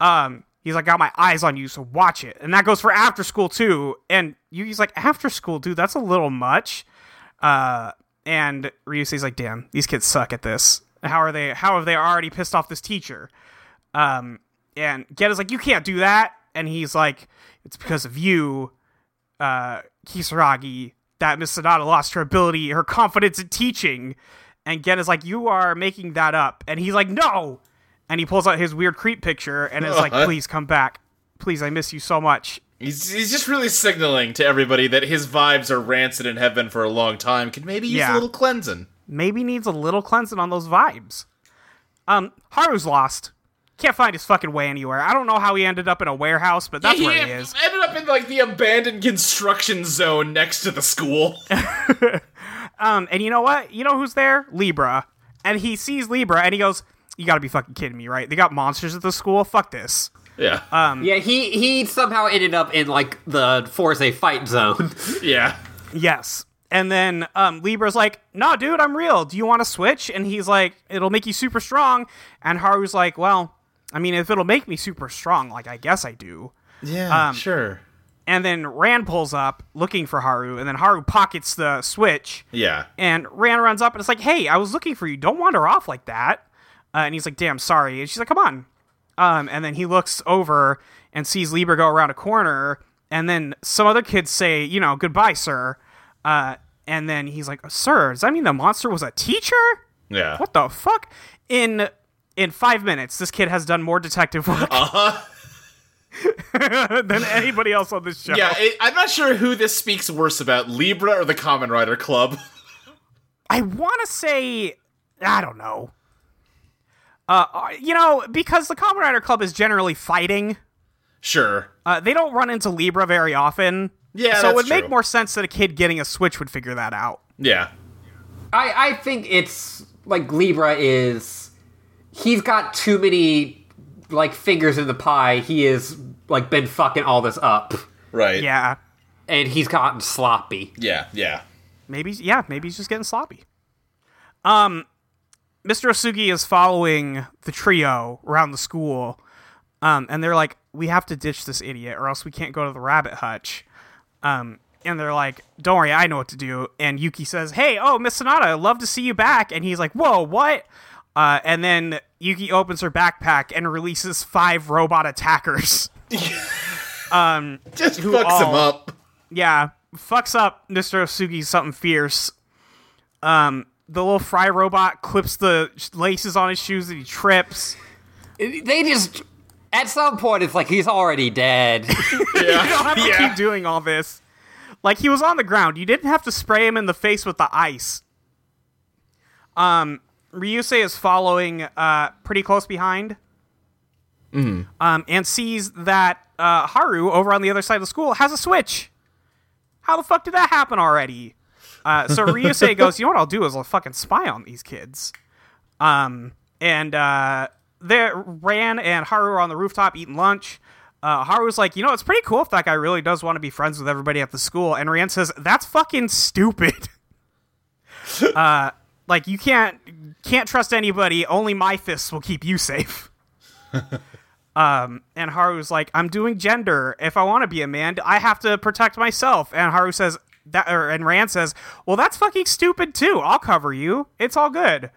D: Um, he's like, "Got my eyes on you, so watch it." And that goes for after school too. And Yuki's like, "After school, dude, that's a little much." Uh, and Ryusei's like, "Damn, these kids suck at this. How are they? How have they already pissed off this teacher?" Um, and Get is like, "You can't do that," and he's like, "It's because of you, uh, Kisaragi, that Miss Sonata lost her ability, her confidence in teaching." And Get is like, "You are making that up," and he's like, "No," and he pulls out his weird creep picture and is like, "Please come back, please, I miss you so much."
E: He's, he's just really signaling to everybody that his vibes are rancid and have been for a long time. Could maybe use
D: Yeah.
E: a little cleansing.
D: Maybe needs a little cleansing on those vibes. Um, Haru's lost. Can't find his fucking way anywhere. I don't know how he ended up in a warehouse, but that's
E: he
D: where he is.
E: ended up in like the abandoned construction zone next to the school.
D: Um, and you know what? You know who's there? Libra. And he sees Libra and he goes, You gotta be fucking kidding me, right? They got monsters at the school. Fuck this.
E: yeah,
D: Uh,
C: Yeah, he he somehow ended up in like the Forza fight zone.
E: yeah.
D: Yes. And then um, Libra's like, No, dude, I'm real. Do you wanna switch? And he's like, It'll make you super strong. And Haru's like, Well, I mean, if it'll make me super strong, like, I guess I do.
E: Yeah,
D: um,
E: sure.
D: And then Rand pulls up looking for Haru, and then Haru pockets the switch.
E: Yeah.
D: And Ran runs up and it's like, hey, I was looking for you. Don't wander off like that. Uh, and he's like, damn, sorry. And she's like, come on. Um, and then he looks over and sees Lieber go around a corner. And then some other kids say, you know, goodbye, sir. Uh, and then he's like, sir, does that mean the monster was a teacher?
E: Yeah.
D: What the fuck? In in five minutes, this kid has done more detective work than anybody else on this show.
E: Yeah, it, I'm not sure who this speaks worse about, Libra or the Common Rider Club.
D: I want to say, I don't know. Uh, uh, you know, because the Common Rider Club is generally fighting,
E: Sure.
D: uh, they don't run into Libra very often. so
E: Yeah,
D: it
E: that's
D: would make
E: true.
D: more sense that a kid getting a Switch would figure that out.
E: Yeah.
C: I I think it's like Libra is he's got too many like fingers in the pie. He is like been fucking all this up,
E: Right.
D: Yeah,
C: and he's gotten sloppy.
E: Yeah. Yeah.
D: maybe. Yeah, maybe he's just getting sloppy. Um, Mr. Osugi is following the trio around the school, um, and they're like, we have to ditch this idiot or else we can't go to the rabbit hutch. Um, and they're like, don't worry, I know what to do. And Yuki says, hey, oh, Miss Sonata, love to see you back. And he's like, whoa, what? Uh, and then Yuki opens her backpack and releases five robot attackers.
E: Just fucks him
D: all-
E: up.
D: yeah, fucks up Mr. Osugi something fierce. Um, the little fry robot clips the sh- laces on his shoes and he trips.
C: They just. At some point, it's like he's already dead.
D: You don't have to keep doing all this. Like he was on the ground. You didn't have to spray him in the face with the ice. Um, Ryusei is following uh, pretty close behind. Um, and sees that uh, Haru over on the other side of the school has a switch. How the fuck did that happen already? Uh, so Ryusei goes, you know what I'll do is I'll fucking spy on these kids. Um, and uh, there Ran and Haru are on the rooftop eating lunch. Uh, Haru's like, you know, it's pretty cool if that guy really does want to be friends with everybody at the school. And Ran says, that's fucking stupid. uh, like you can't can't trust anybody. Only my fists will keep you safe. um, and Haru's like, I'm doing gender. If I want to be a man, I have to protect myself. And Haru says that, or, and Ran says, well, that's fucking stupid too. I'll cover you. It's all good.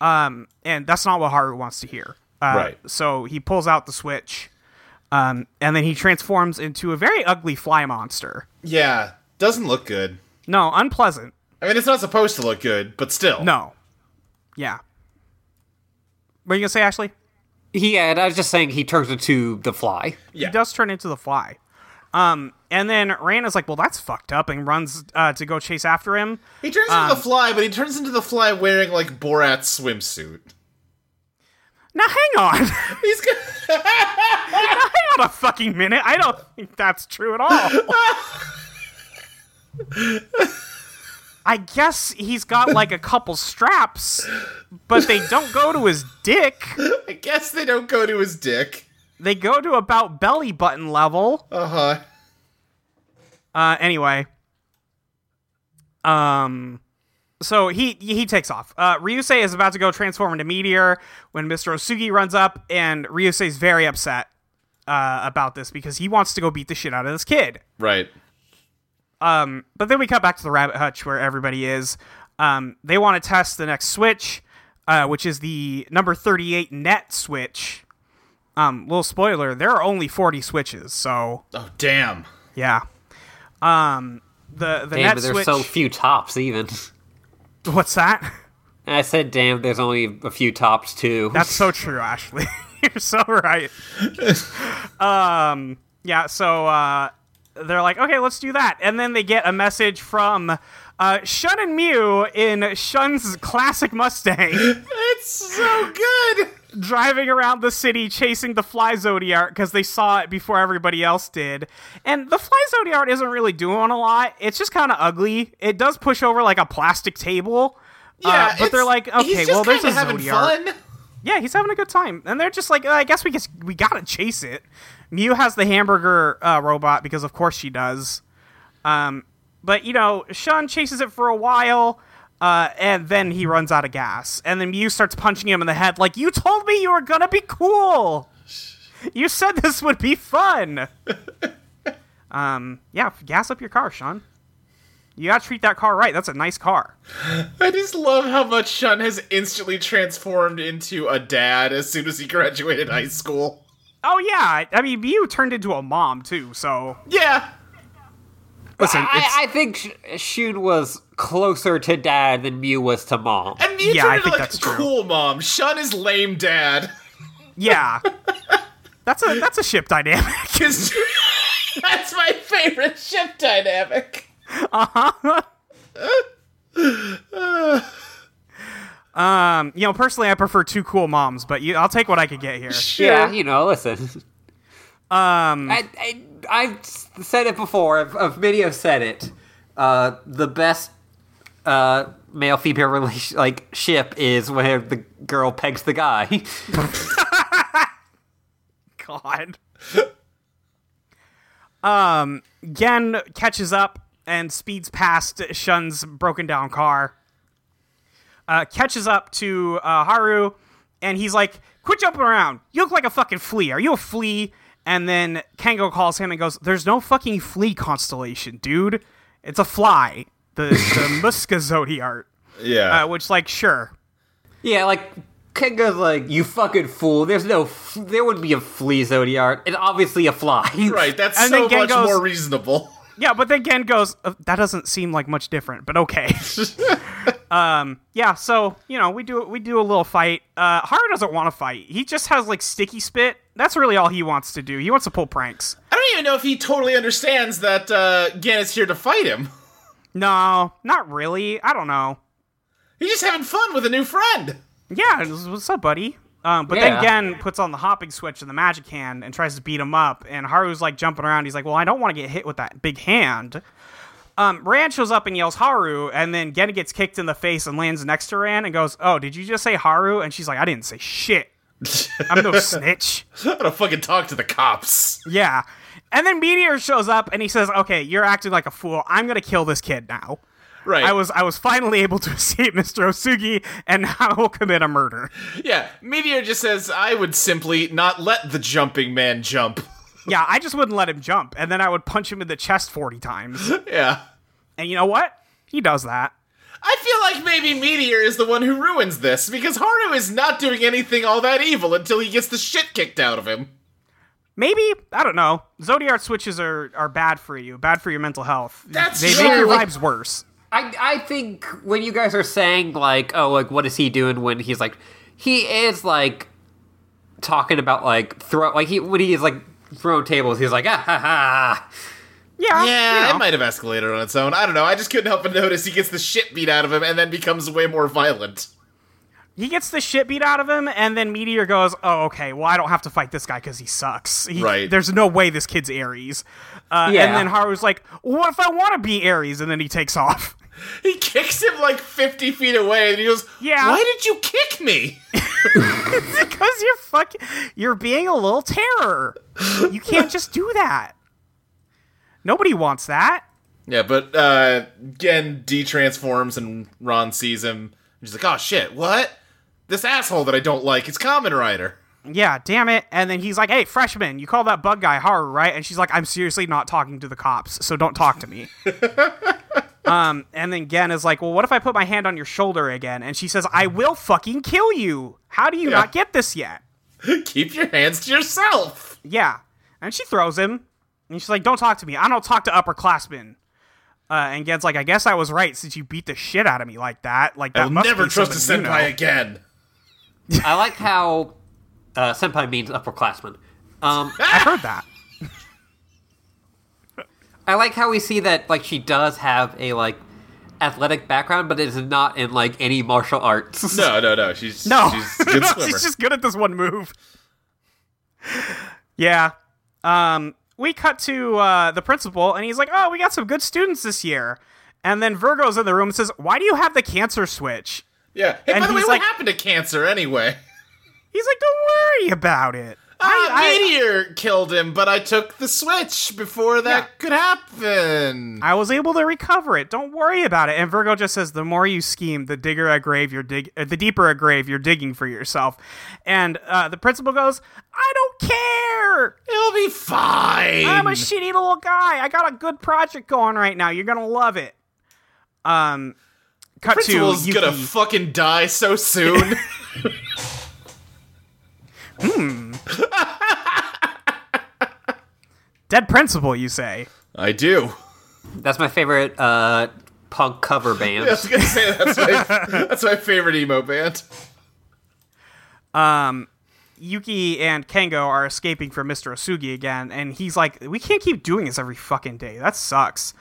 D: Um, and that's not what Haru wants to hear. Uh,
E: Right.
D: So he pulls out the switch, um, and then he transforms into a very ugly fly monster.
E: Yeah, doesn't look good.
D: No, unpleasant.
E: I mean, it's not supposed to look good, but still.
D: No. Yeah. What are you gonna say, Ashley?
C: he, and I was just saying, he turns into the fly.
E: Yeah.
D: He does turn into the fly. Um, and then Rand is like, "Well, that's fucked up," and runs uh, to go chase after him.
E: He turns
D: um,
E: into the fly, but he turns into the fly wearing like Borat's swimsuit.
D: Now, hang on,
E: He's got
D: not a fucking minute. I don't think that's true at all. I guess he's got like a couple straps, but they don't go to his dick.
E: I guess they don't go to his dick.
D: They go to about belly button level.
E: Uh huh.
D: Uh, anyway, um, so he he takes off. Uh, Ryusei is about to go transform into meteor when Mister Osugi runs up, and Ryusei's very upset uh, about this because he wants to go beat the shit out of this kid.
E: Right.
D: Um, but then we cut back to the rabbit hutch where everybody is. Um, they want to test the next switch, uh, which is the number thirty-eight net switch. Um, little spoiler: there are only forty switches, so
E: Oh damn.
D: yeah. Um, the the
C: Damn,
D: net
C: there's
D: switch.
C: so few tops, even.
D: What's that?
C: I said, damn, there's only a few tops, too.
D: That's so true, Ashley. You're so right. um, yeah, so uh, they're like, okay, let's do that. And then they get a message from uh, Shun and Mew in Shun's classic Mustang
E: It's so
D: Uh,
E: good.
D: driving around the city chasing the Fly Zodiac because they saw it before everybody else did. And the Fly Zodiac isn't really doing a lot, it's just kind of ugly. It does push over like a plastic table. uh, but they're
E: it's-
D: like, okay,
E: he's just
D: well, there's a
E: kinda having
D: Zodiac.
E: fun.
D: Yeah, he's having a good time, and they're just like, uh, I guess we just we gotta chase it. Mew has the hamburger uh, robot because of course she does. Um, but you know, Sean chases it for a while, uh, and then he runs out of gas, and then Mew starts punching him in the head like, "You told me you were gonna be cool. You said this would be fun." um, yeah, gas up your car, Sean. You gotta treat that car right. That's a nice car.
E: I just love how much Shun has instantly transformed into a dad as soon as he graduated high school.
D: Oh yeah, I mean, Mew turned into a mom too, so.
E: Yeah.
D: Listen, it's-
C: I, I think Sh- Shun was closer to dad than Mew was to mom.
E: And you
D: Yeah, I
E: turned into
D: think
E: like
D: that's true.
E: cool mom. Shun is lame dad.
D: Yeah. That's a that's a ship dynamic.
E: 'Cause- that's my favorite ship dynamic.
D: Um, you know, personally, I prefer two cool moms, but you, I'll take what I could get here.
E: Sure.
C: Yeah, you know, listen. Um, I, I, I've said it before. I've, I've many have said it. Uh, the best uh, male female relation like ship is when the girl pegs the guy.
D: God. um, Gen catches up and speeds past Shun's broken down car. Uh, catches up to uh, Haru, and he's like, "Quit jumping around! You look like a fucking flea. Are you a flea?" And then Kango calls him and goes, There's no fucking flea constellation, dude. It's a fly. The, the Muska Zodiart.
E: Yeah.
D: Uh, which, like, sure.
C: Yeah, like Kenga's like, you fucking fool. There's no, f- there wouldn't be a flea zodiac. It's obviously a fly.
E: right. That's
D: and
E: so
D: then
E: much
D: Gengo's-
E: more reasonable.
D: Yeah, but then Gen goes, "Uh, That doesn't seem like much different, but okay. um, yeah, so, you know, we do we do a little fight. Uh, Haru doesn't want to fight. He just has, like, sticky spit. That's really all he wants to do. He wants to pull pranks.
E: I don't even know if he totally understands that uh, Gan is here to fight him.
D: No, not really. I don't know.
E: He's just having fun with a new friend.
D: Yeah, it was, what's up, buddy? Um, but
C: Yeah.
D: then Gen puts on the hopping switch and the magic hand and tries to beat him up. And Haru's like jumping around. He's like, "Well, I don't want to get hit with that big hand." Um, Ran shows up and yells Haru, and then Gen gets kicked in the face and lands next to Ran and goes, "Oh, did you just say Haru?" And she's like, "I didn't say shit. I'm no snitch."
E: I'm gonna fucking talk to the cops.
D: Yeah. And then Meteor shows up and he says, "Okay, you're acting like a fool. I'm gonna kill this kid now."
E: Right.
D: I was I was finally able to escape Mr. Osugi, and now I will commit a murder.
E: Yeah. Meteor just says I would simply not let the jumping man jump.
D: Yeah, I just wouldn't let him jump, and then I would punch him in the chest forty times.
E: Yeah.
D: And you know what? He does that.
E: I feel like maybe Meteor is the one who ruins this because Haru is not doing anything all that evil until he gets the shit kicked out of him.
D: Maybe I don't know. Zodiac switches are are bad for you, bad for your mental health.
E: That's
D: they
E: true.
D: make your
C: Like-
D: vibes worse.
C: I, I think when you guys are saying, like, oh, like, what is he doing when he's like, he is like talking about, like, throw, like, he, when he is like throwing tables, he's like, ah, ha, ha.
D: Yeah,
E: Yeah,
D: you know.
E: it might have escalated on its own. I don't know. I just couldn't help but notice he gets the shit beat out of him and then becomes way more violent.
D: he gets the shit beat out of him, and then Meteor goes, "Oh, okay. Well, I don't have to fight this guy because he sucks. He-
E: Right.
D: There's no way this kid's Aries." Uh,
C: Yeah.
D: And then Haru's like, "What if I want to be Aries?" And then he takes off.
E: He kicks him like 50 feet away and he goes,
D: Yeah.
E: Why did you kick me?
D: because you're fucking you're being a little terror. You can't just do that. Nobody wants that.
E: Yeah, but uh, Gen de transforms and Ron sees him. And she's like, oh shit, what? This asshole that I don't like, it's Common Rider.
D: Yeah, damn it. And then he's like, "Hey, freshman, you call that bug guy Haru, right?" And she's like, "I'm seriously not talking to the cops, so don't talk to me." um, and then Gen is like, "Well, what if I put my hand on your shoulder again?" And she says, "I will fucking kill you. How do you
E: Yeah.
D: not get this yet?"
E: Keep your hands to yourself.
D: Yeah. And she throws him. And she's like, don't talk to me. I don't talk to upperclassmen. Uh, and Ged's like, I guess I was right since you beat the shit out of me like that. Like, that
E: I'll
D: must
E: never
D: be
E: trust a
D: something you
E: senpai
D: know."
E: again.
C: I like how, uh, senpai means upperclassman. Um,
D: I heard that.
C: I like how we see that like she does have a like athletic background, but it's not in like any martial arts.
E: No, no, no. She's
D: No.
E: She's a good swimmer.
D: she's just good at this one move. yeah. Um, we cut to uh, the principal, and he's like, oh, we got some good students this year. And then Virgo's in the room and says, why do you have the cancer switch?
E: yeah. Hey,
D: and
E: by the way,
D: he's
E: what
D: like-
E: happened to cancer anyway?
D: He's like, don't worry about it.
E: Ah,
D: I- I-
E: meteor killed him, but I took the switch before that could happen.
D: I was able to recover it. Don't worry about it. And Virgo just says, the more you scheme, the digger a grave you're dig, uh, the deeper a grave you're digging for yourself. And uh, the principal goes, I don't care.
E: It'll be fine.
D: I'm a shitty little guy. I got a good project going right now. You're gonna love it. Um, cut
E: Principal's
D: to Yuki.
E: gonna fucking die so soon.
D: dead principal. You say.
E: I do.
C: That's my favorite uh, punk cover band.
E: I was gonna say that's my that's my favorite emo band.
D: Yuki and Kengo are escaping from Mr. Osugi again, and he's like, "We can't keep doing this every fucking day. That sucks."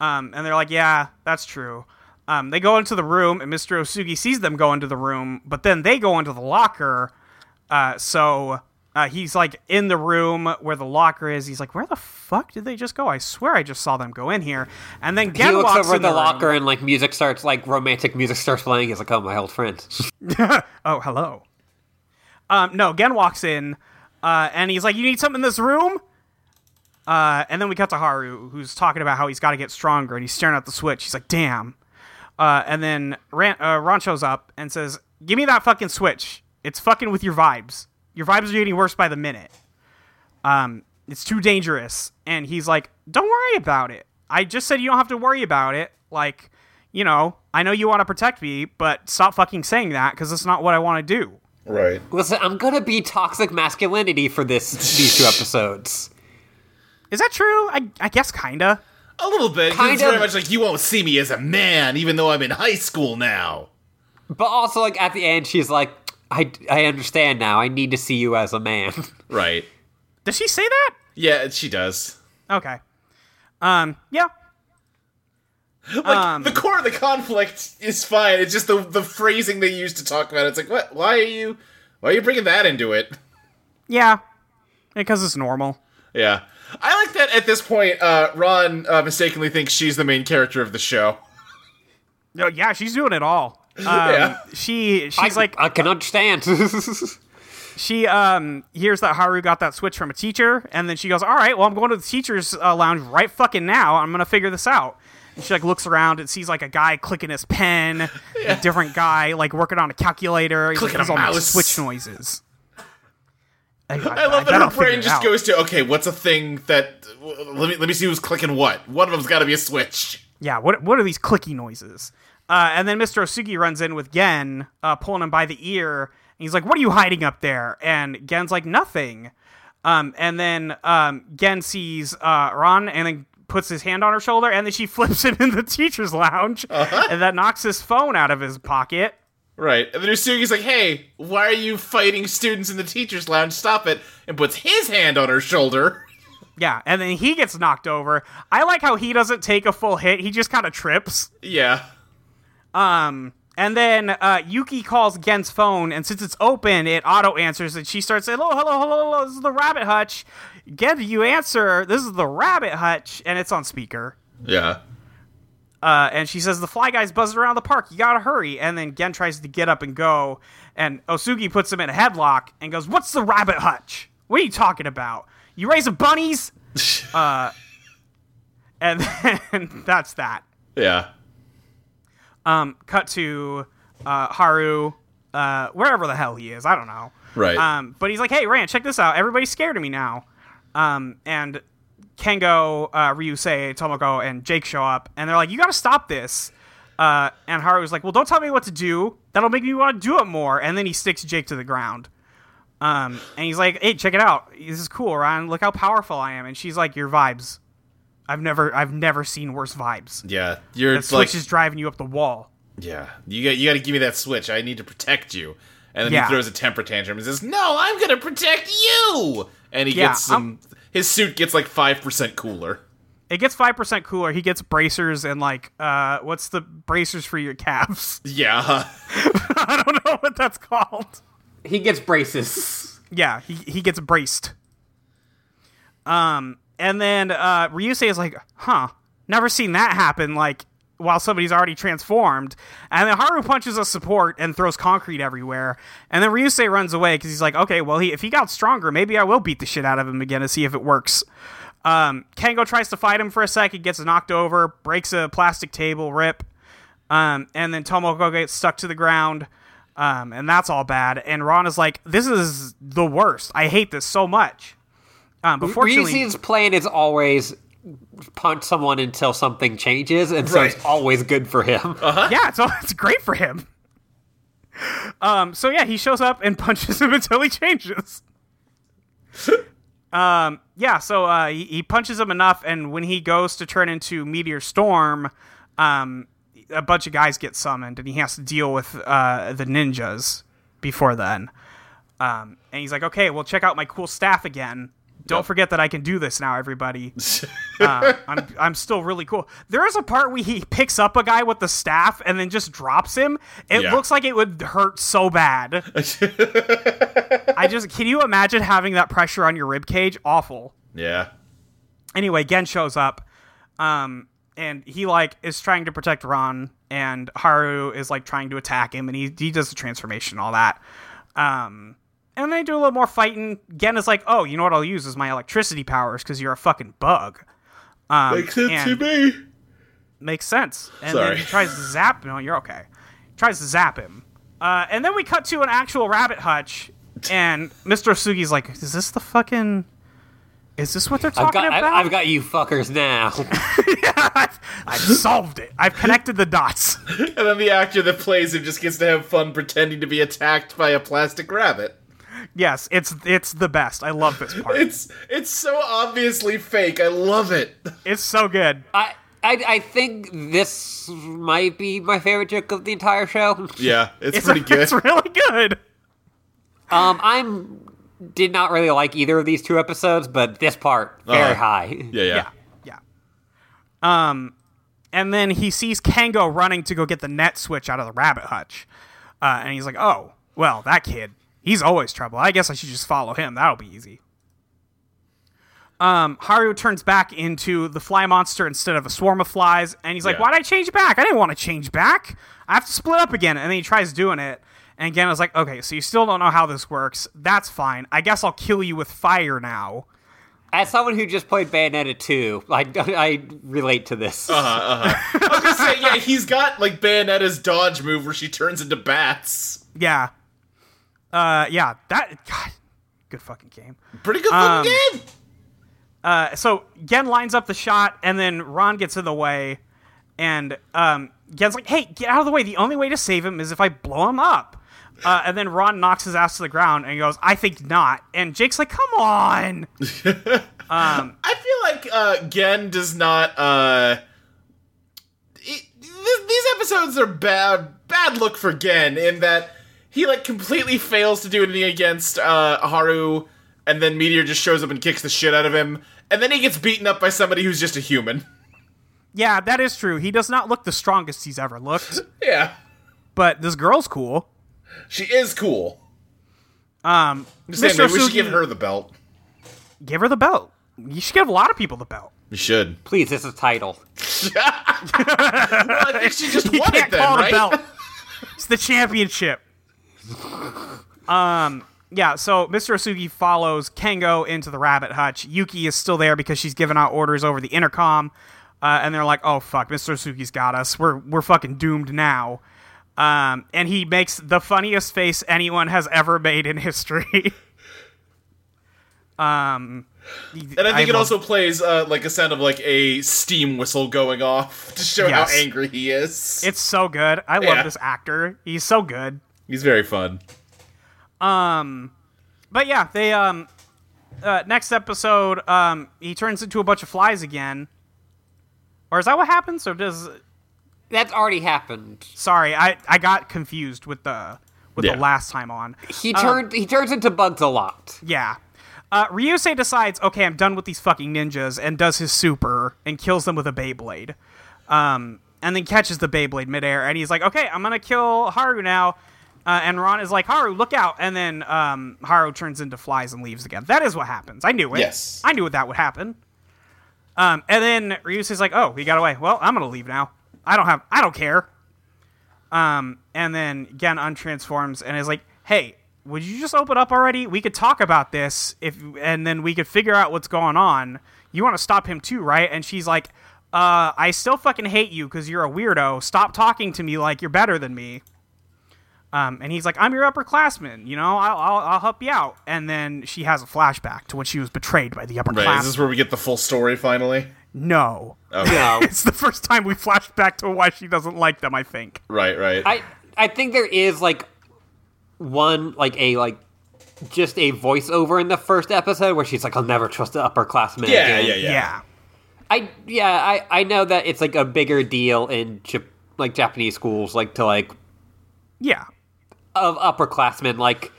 D: Um, and they're like, "Yeah, that's true." Um, they go into the room, and Mr. Osugi sees them go into the room, but then they go into the locker. Uh, so uh, he's like in the room where the locker is. He's like, "Where the fuck did they just go? I swear I just saw them go in here." And then Gen
C: he looks
D: walks
C: over
D: in
C: at the
D: room.
C: locker and like music starts like romantic music starts playing. He's like, "Oh, my old friend."
D: Oh, hello. Um, no, Gen walks in, uh, and he's like, "You need something in this room." Uh, and then we cut to Haru, who's talking about how he's got to get stronger, and he's staring at the switch. He's like, "Damn." Uh, and then Ran- uh, Ron shows up and says, "Give me that fucking switch. It's fucking with your vibes. Your vibes are getting worse by the minute." um, it's too dangerous. And he's like, don't worry about it. I just said you don't have to worry about it. Like, you know, I know you want to protect me, but stop fucking saying that because that's not what I want to do.
E: Right.
C: Listen, I'm gonna be toxic masculinity for this these two episodes.
D: Is that true? I, I guess kinda.
E: A little bit. 'cause
C: Kind
E: it's
C: of.
E: very much like you won't see me as a man, even though I'm in high school now.
C: But also, like at the end, she's like, "I I understand now. I need to see you as a man."
E: Right.
D: Does she say that?
E: Yeah, she does.
D: Okay. Um. Yeah.
E: Like
D: Um,
E: the core of the conflict is fine. It's just the the phrasing they use to talk about it. It's like, what? Why are you? Why are you bringing that into it?
D: Yeah. Because it's normal.
E: Yeah. I like that at this point, uh, Ron uh, mistakenly thinks she's the main character of the show.
D: No. Yeah. She's doing it all. Um,
E: Yeah.
D: She. She's
C: I,
D: like.
C: I can understand.
D: she um hears that Haru got that switch from a teacher, and then she goes, "All right, well, I'm going to the teacher's uh, lounge right fucking now. I'm gonna figure this out." And she like looks around and sees like a guy clicking his pen, a different guy like working on a calculator, He's
E: Clicking
D: like,
E: a
D: "There's all these
E: mouse."
D: switch noises. I,
E: I love that her brain just
D: goes.
E: goes to, okay, what's a thing that? w- Let me let me see who's clicking what. One of them's got to be a switch.
D: Yeah, what what are these clicky noises? Uh, and then Mr. Osugi runs in with Gen, uh, pulling him by the ear, and he's like, "What are you hiding up there?" And Gen's like, "Nothing." Um, and then um, Gen sees uh, Ron and then puts his hand on her shoulder, and then she flips him in the teacher's lounge, and that knocks his phone out of his pocket.
E: Right. And then Usugi's like, hey, why are you fighting students in the teacher's lounge? Stop it. And puts his hand on her shoulder.
D: Yeah, and then he gets knocked over. I like how he doesn't take a full hit; he just kind of trips.
E: Yeah.
D: Um, and then uh, Yuki calls Gen's phone, and since it's open, it auto answers, and she starts saying, "Hello, hello, hello, hello. This is the Rabbit Hutch. Gen, do you answer? This is the Rabbit Hutch, and it's on speaker."
E: Yeah.
D: Uh, and she says, "The fly guy's buzzing around the park. You gotta hurry." And then Gen tries to get up and go, and Osugi puts him in a headlock and goes, "What's the Rabbit Hutch? What are you talking about? You raising bunnies?" uh, and then that's that.
E: Yeah.
D: Um, cut to uh, Haru, uh, wherever the hell he is. I don't know.
E: Right.
D: Um, but he's like, hey, Rand, check this out. Everybody's scared of me now. Um, and Kengo, uh, Ryusei, Tomoko, and Jake show up, and they're like, you got to stop this. Uh, and Haru's like, well, don't tell me what to do. That'll make me want to do it more. And then he sticks Jake to the ground. Um, and he's like, hey, check it out. This is cool, Ryan. Look how powerful I am. And she's like, your vibes. I've never, I've never seen worse vibes.
E: yeah. You're
D: That
E: like,
D: switch is driving you up the wall.
E: yeah. You got, you got to give me that switch. I need to protect you. And then
D: Yeah.
E: he throws a temper tantrum and says, no, I'm going to protect you. And he
D: Yeah,
E: gets some, his suit gets like 5% cooler.
D: It gets five percent cooler. He gets bracers and like uh, what's the bracers for your calves?
E: Yeah.
D: I don't know what that's called.
C: he gets braces.
D: Yeah, he he gets braced. Um, and then uh, Ryusei is like, "Huh, never seen that happen." Like while somebody's already transformed, and then Haru punches a support and throws concrete everywhere, and then Ryusei runs away because he's like, "Okay, well, he if he got stronger, maybe I will beat the shit out of him again to see if it works." Um, Kango tries to fight him for a second, gets knocked over, breaks a plastic table, rip. Um, and then Tomoko gets stuck to the ground. Um, and that's all bad. And Ron is like, this is the worst. I hate this so much. Um, but fortunately,
C: Ryusu's plan is always punch someone until something changes, and so it's
E: Right.
C: always good for him.
D: yeah, it's, all, it's great for him. Um, so yeah, he shows up and punches him until he changes. um, yeah, so uh, he, he punches him enough, and when he goes to turn into Meteor Storm, um, a bunch of guys get summoned, and he has to deal with uh, the ninjas before then. Um, and he's like, okay, well, check out my cool staff again. Don't forget that I can do this now, everybody. Uh, I'm I'm still really cool. There is a part where he picks up a guy with the staff and then just drops him. It
E: Yeah.
D: looks like it would hurt so bad. I just can you imagine having that pressure on your rib cage? Awful.
E: yeah.
D: Anyway, Gen shows up, um, and he like is trying to protect Ron, and Haru is like trying to attack him, and he he does the transformation, and all that. Um, and they do a little more fighting. Gen is like, oh, you know what I'll use is my electricity powers because you're a fucking bug. Um,
E: Makes sense to
D: and-
E: me.
D: makes sense. And
E: Sorry.
D: then he tries to zap. No, you're okay. Tries to zap him. Uh, and then we cut to an actual rabbit hutch, and Mr. Sugi's like, "Is this the fucking? Is this what they're
C: I've
D: talking
C: got,
D: about?
C: I, I've got you fuckers now.
D: I've, I've solved it. I've connected the dots.
E: And then the actor that plays him just gets to have fun pretending to be attacked by a plastic rabbit.
D: Yes, it's it's the best. I love this part.
E: It's it's so obviously fake. I love it.
D: It's so good.
C: I, I I think this might be my favorite joke of the entire show.
E: Yeah,
D: It's It's really good.
C: Um, I'm did not really like either of these two episodes, but this part very
E: Uh,
C: high.
D: Yeah, yeah. Um, and then he sees Kango running to go get the net switch out of the rabbit hutch, uh, and he's like, "Oh, well, that kid, he's always trouble. I guess I should just follow him. That'll be easy." Um, Haru turns back into the fly monster instead of a swarm of flies, and he's like,
E: Yeah.
D: "Why'd I change back? I didn't want to change back. I have to split up again." And then he tries doing it. And again, I was like, okay, so you still don't know how this works. That's fine. I guess I'll kill you with fire now.
C: As someone who just played Bayonetta 2, I, I relate to this.
E: Uh-huh. I was gonna say, yeah, he's got like Bayonetta's dodge move where she turns into bats.
D: Yeah. Uh, yeah. That God, good fucking game.
E: Pretty good
D: Um,
E: fucking game.
D: Uh, so Gen lines up the shot, and then Ron gets in the way, and um, Gen's like, "Hey, get out of the way! The only way to save him is if I blow him up." Uh, and then Ron knocks his ass to the ground and goes, "I think not." And Jake's like, "Come on!"
E: I feel like uh, Gen does not. Uh, it, th- these episodes are bad. Bad look for Gen in that he like completely fails to do anything against uh, Haru, and then Meteor just shows up and kicks the shit out of him, and then he gets beaten up by somebody who's just a human.
D: Yeah, that is true. He does not look the strongest he's ever looked,
E: Yeah,
D: but this girl's cool.
E: she is cool.
D: Um,
E: Just saying,
D: Mr.
E: maybe we should
D: Osugi-
E: give her the belt.
D: give her the belt. You should give a lot of people the belt.
E: We should.
C: Please, this is title.
E: I think she just
D: You
E: won
D: can't
E: it then,
D: call it
E: right?
D: a belt. It's the championship. Um, yeah. So Mr. Osugi follows Kengo into the rabbit hutch. Yuki is still there because she's giving out orders over the intercom, uh, and they're like, "Oh fuck, Mr. Osugi's got us. We're we're fucking doomed now." Um, and he makes the funniest face anyone has ever made in history. um,
E: And I think it
D: love-
E: also plays uh, like a sound of like a steam whistle going off to show
D: Yes.
E: how angry he is.
D: it's so good. I love
E: Yeah.
D: this actor. He's so good.
E: He's very fun.
D: Um, But yeah, they um uh, next episode um he turns into a bunch of flies again. Or is that what happens? Or does
C: That's already happened.
D: sorry, I I got confused with the with
E: Yeah.
D: the last time on.
C: He
E: Uh-huh.
C: turned he turns into bugs a lot.
D: Yeah. Uh, Ryusei decides, okay, I'm done with these fucking ninjas, and does his super and kills them with a Beyblade. Um, and then catches the Beyblade midair, and he's like, okay, I'm gonna kill Haru now. Uh, and Ron is like, Haru, look out! And then um, Haru turns into flies and leaves again. That is what happens. I knew it.
E: Yes.
D: I knew that would happen. Um, and then Ryusei's like, oh, he got away. Well, I'm gonna leave now. I don't have. I don't care. Um, and then Gen untransforms and is like, "Hey, would you just open up already? We could talk about this if, and then we could figure out what's going on. You want to stop him too, right?" And she's like, "Uh, I still fucking hate you because you're a weirdo. Stop talking to me like you're better than me." Um, and he's like, "I'm your upperclassman. You know, I'll, I'll I'll help you out." And then she has a flashback to when she was betrayed by the
E: Right.
D: upperclassmen.
E: Is this where Oh. we get the full story finally?
D: no,
C: No.
D: it's the first time we flash back to why she doesn't like them. I think.
E: Right, right.
C: I I think there is like one like a like just a voiceover in the first episode where she's like, I'll never trust the upperclassmen.
E: yeah,
C: again.
E: yeah, yeah,
D: yeah.
C: I yeah, I, I know that it's like a bigger deal in Jap- like Japanese schools, like to like
D: Yeah.
C: of upperclassmen. Like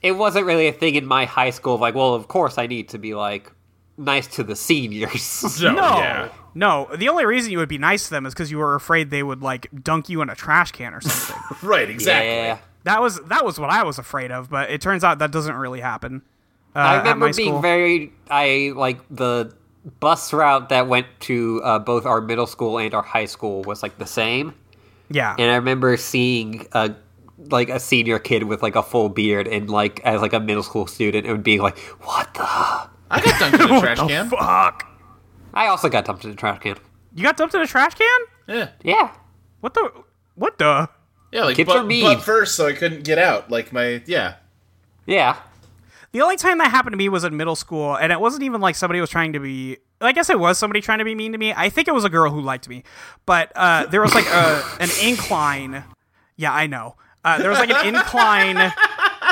C: it wasn't really a thing in my high school. Of like, well, of course I need to be like nice to the seniors.
E: No,
D: No.
E: Oh, yeah.
D: No, the only reason you would be nice to them is because you were afraid they would like dunk you in a trash can or something.
E: Right, exactly.
C: Yeah.
D: that was that was what I was afraid of, but it turns out that doesn't really happen. Uh,
C: I
D: at my
C: remember being
D: school.
C: very I like the bus route that went to uh, both our middle school and our high school was like the same.
D: yeah,
C: And I remember seeing a like a senior kid with like a full beard and like as like a middle school student and being like, What the
E: I got dunked in a trash can.
D: fuck.
C: I also got dumped in the trash can.
D: You got dumped in a trash can?
E: Yeah.
C: Yeah.
D: What the? What the?
E: Yeah, like
C: Kids are
E: but,
C: mean.
E: but first so I couldn't get out. Like my yeah.
C: Yeah.
D: The only time that happened to me was in middle school, and it wasn't even like somebody was trying to be. I guess it was somebody trying to be mean to me. I think it was a girl who liked me, but uh, there was like a, an incline. Yeah, I know. Uh, there was like an incline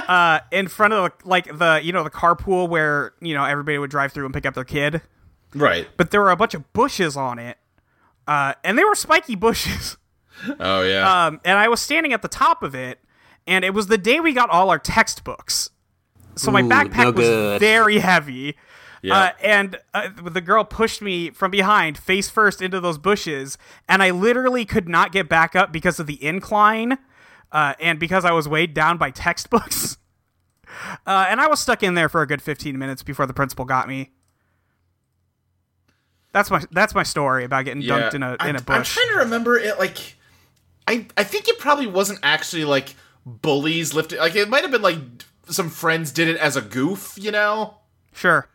D: uh, in front of the, like the you know the carpool where you know everybody would drive through and pick up their kid,
E: Right.
D: but there were a bunch of bushes on it, uh, and they were spiky bushes.
E: Oh yeah.
D: Um, and I was standing at the top of it, and it was the day we got all our textbooks. So my
C: Ooh,
D: backpack
C: no
D: was
C: good.
D: very heavy.
E: Yeah.
D: Uh, and uh, the girl pushed me from behind, face first, into those bushes, and I literally could not get back up because of the incline, uh, and because I was weighed down by textbooks. Uh, and I was stuck in there for a good fifteen minutes before the principal got me. That's my that's my story about getting
E: yeah.
D: dunked in a
E: I'm-
D: in a
E: I'm
D: bush.
E: trying to remember it. Like, I I think it probably wasn't actually like bullies lifted. Like it might have been like some friends did it as a goof. You know.
D: sure.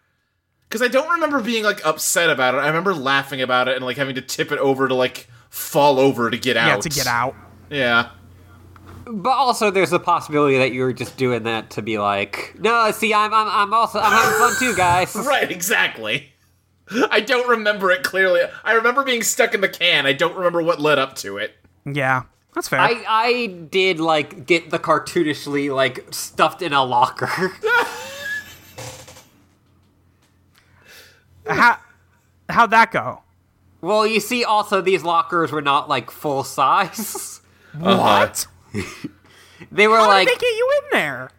E: Because I don't remember being like upset about it. I remember laughing about it and like having to tip it over to like fall over to get out.
D: Yeah, to get out.
E: Yeah.
C: But also, there's the possibility that you were just doing that to be like, no, see, I'm, I'm, I'm also, I'm having fun too, guys.
E: Right. Exactly. I don't remember it clearly. I remember being stuck in the can. I don't remember what led up to it.
D: Yeah, that's fair.
C: I, I did like get the cartoonishly like stuffed in a locker.
D: how how'd that go?
C: well, you see, also these lockers were not like full size.
E: Uh-huh.
D: What?
C: They were
D: How
C: like,
D: did they get you in there?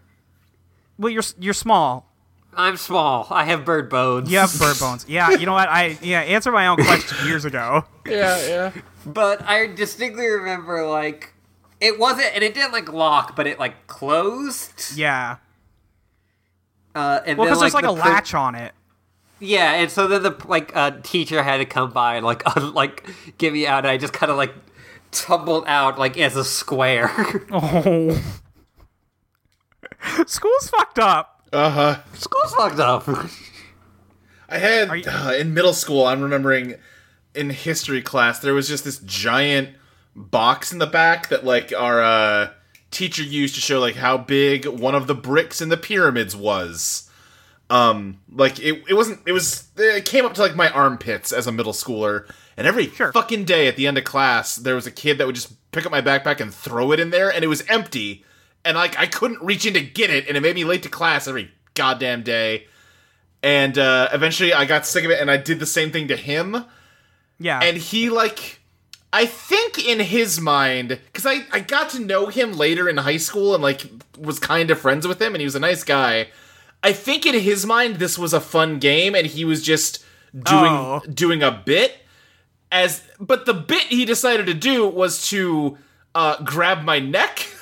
D: Well, you're s- you're small.
C: I'm small. I have bird bones.
D: You have bird bones. Yeah, you know what? I yeah answered my own question years ago.
E: Yeah. Yeah.
C: But I distinctly remember like it wasn't, and it didn't like lock, but it like closed.
D: Yeah.
C: Uh, and
D: Well,
C: then,
D: because there's like
C: the
D: a
C: prin-
D: latch on it.
C: Yeah, and so then the like uh, teacher had to come by and like un- like get me out. And I just kind of like tumbled out like as a square.
D: Oh. School's fucked up.
E: Uh huh.
C: School's fucked up.
E: I had
D: you-
E: uh, in middle school. I'm remembering in history class there was just this giant box in the back that like our uh, teacher used to show like how big one of the bricks in the pyramids was. Um, like it, it wasn't. It was. It came up to like my armpits as a middle schooler. And every
D: Sure.
E: fucking day at the end of class, there was a kid that would just pick up my backpack and throw it in there, and it was empty. And like I couldn't reach in to get it, and it made me late to class every goddamn day. And uh, eventually, I got sick of it, and I did the same thing to him.
D: Yeah.
E: And he like, I think in his mind, because I I got to know him later in high school, and like was kind of friends with him, and he was a nice guy. I think in his mind, this was a fun game, and he was just doing
D: Oh.
E: doing a bit. As but the bit he decided to do was to uh, grab my neck.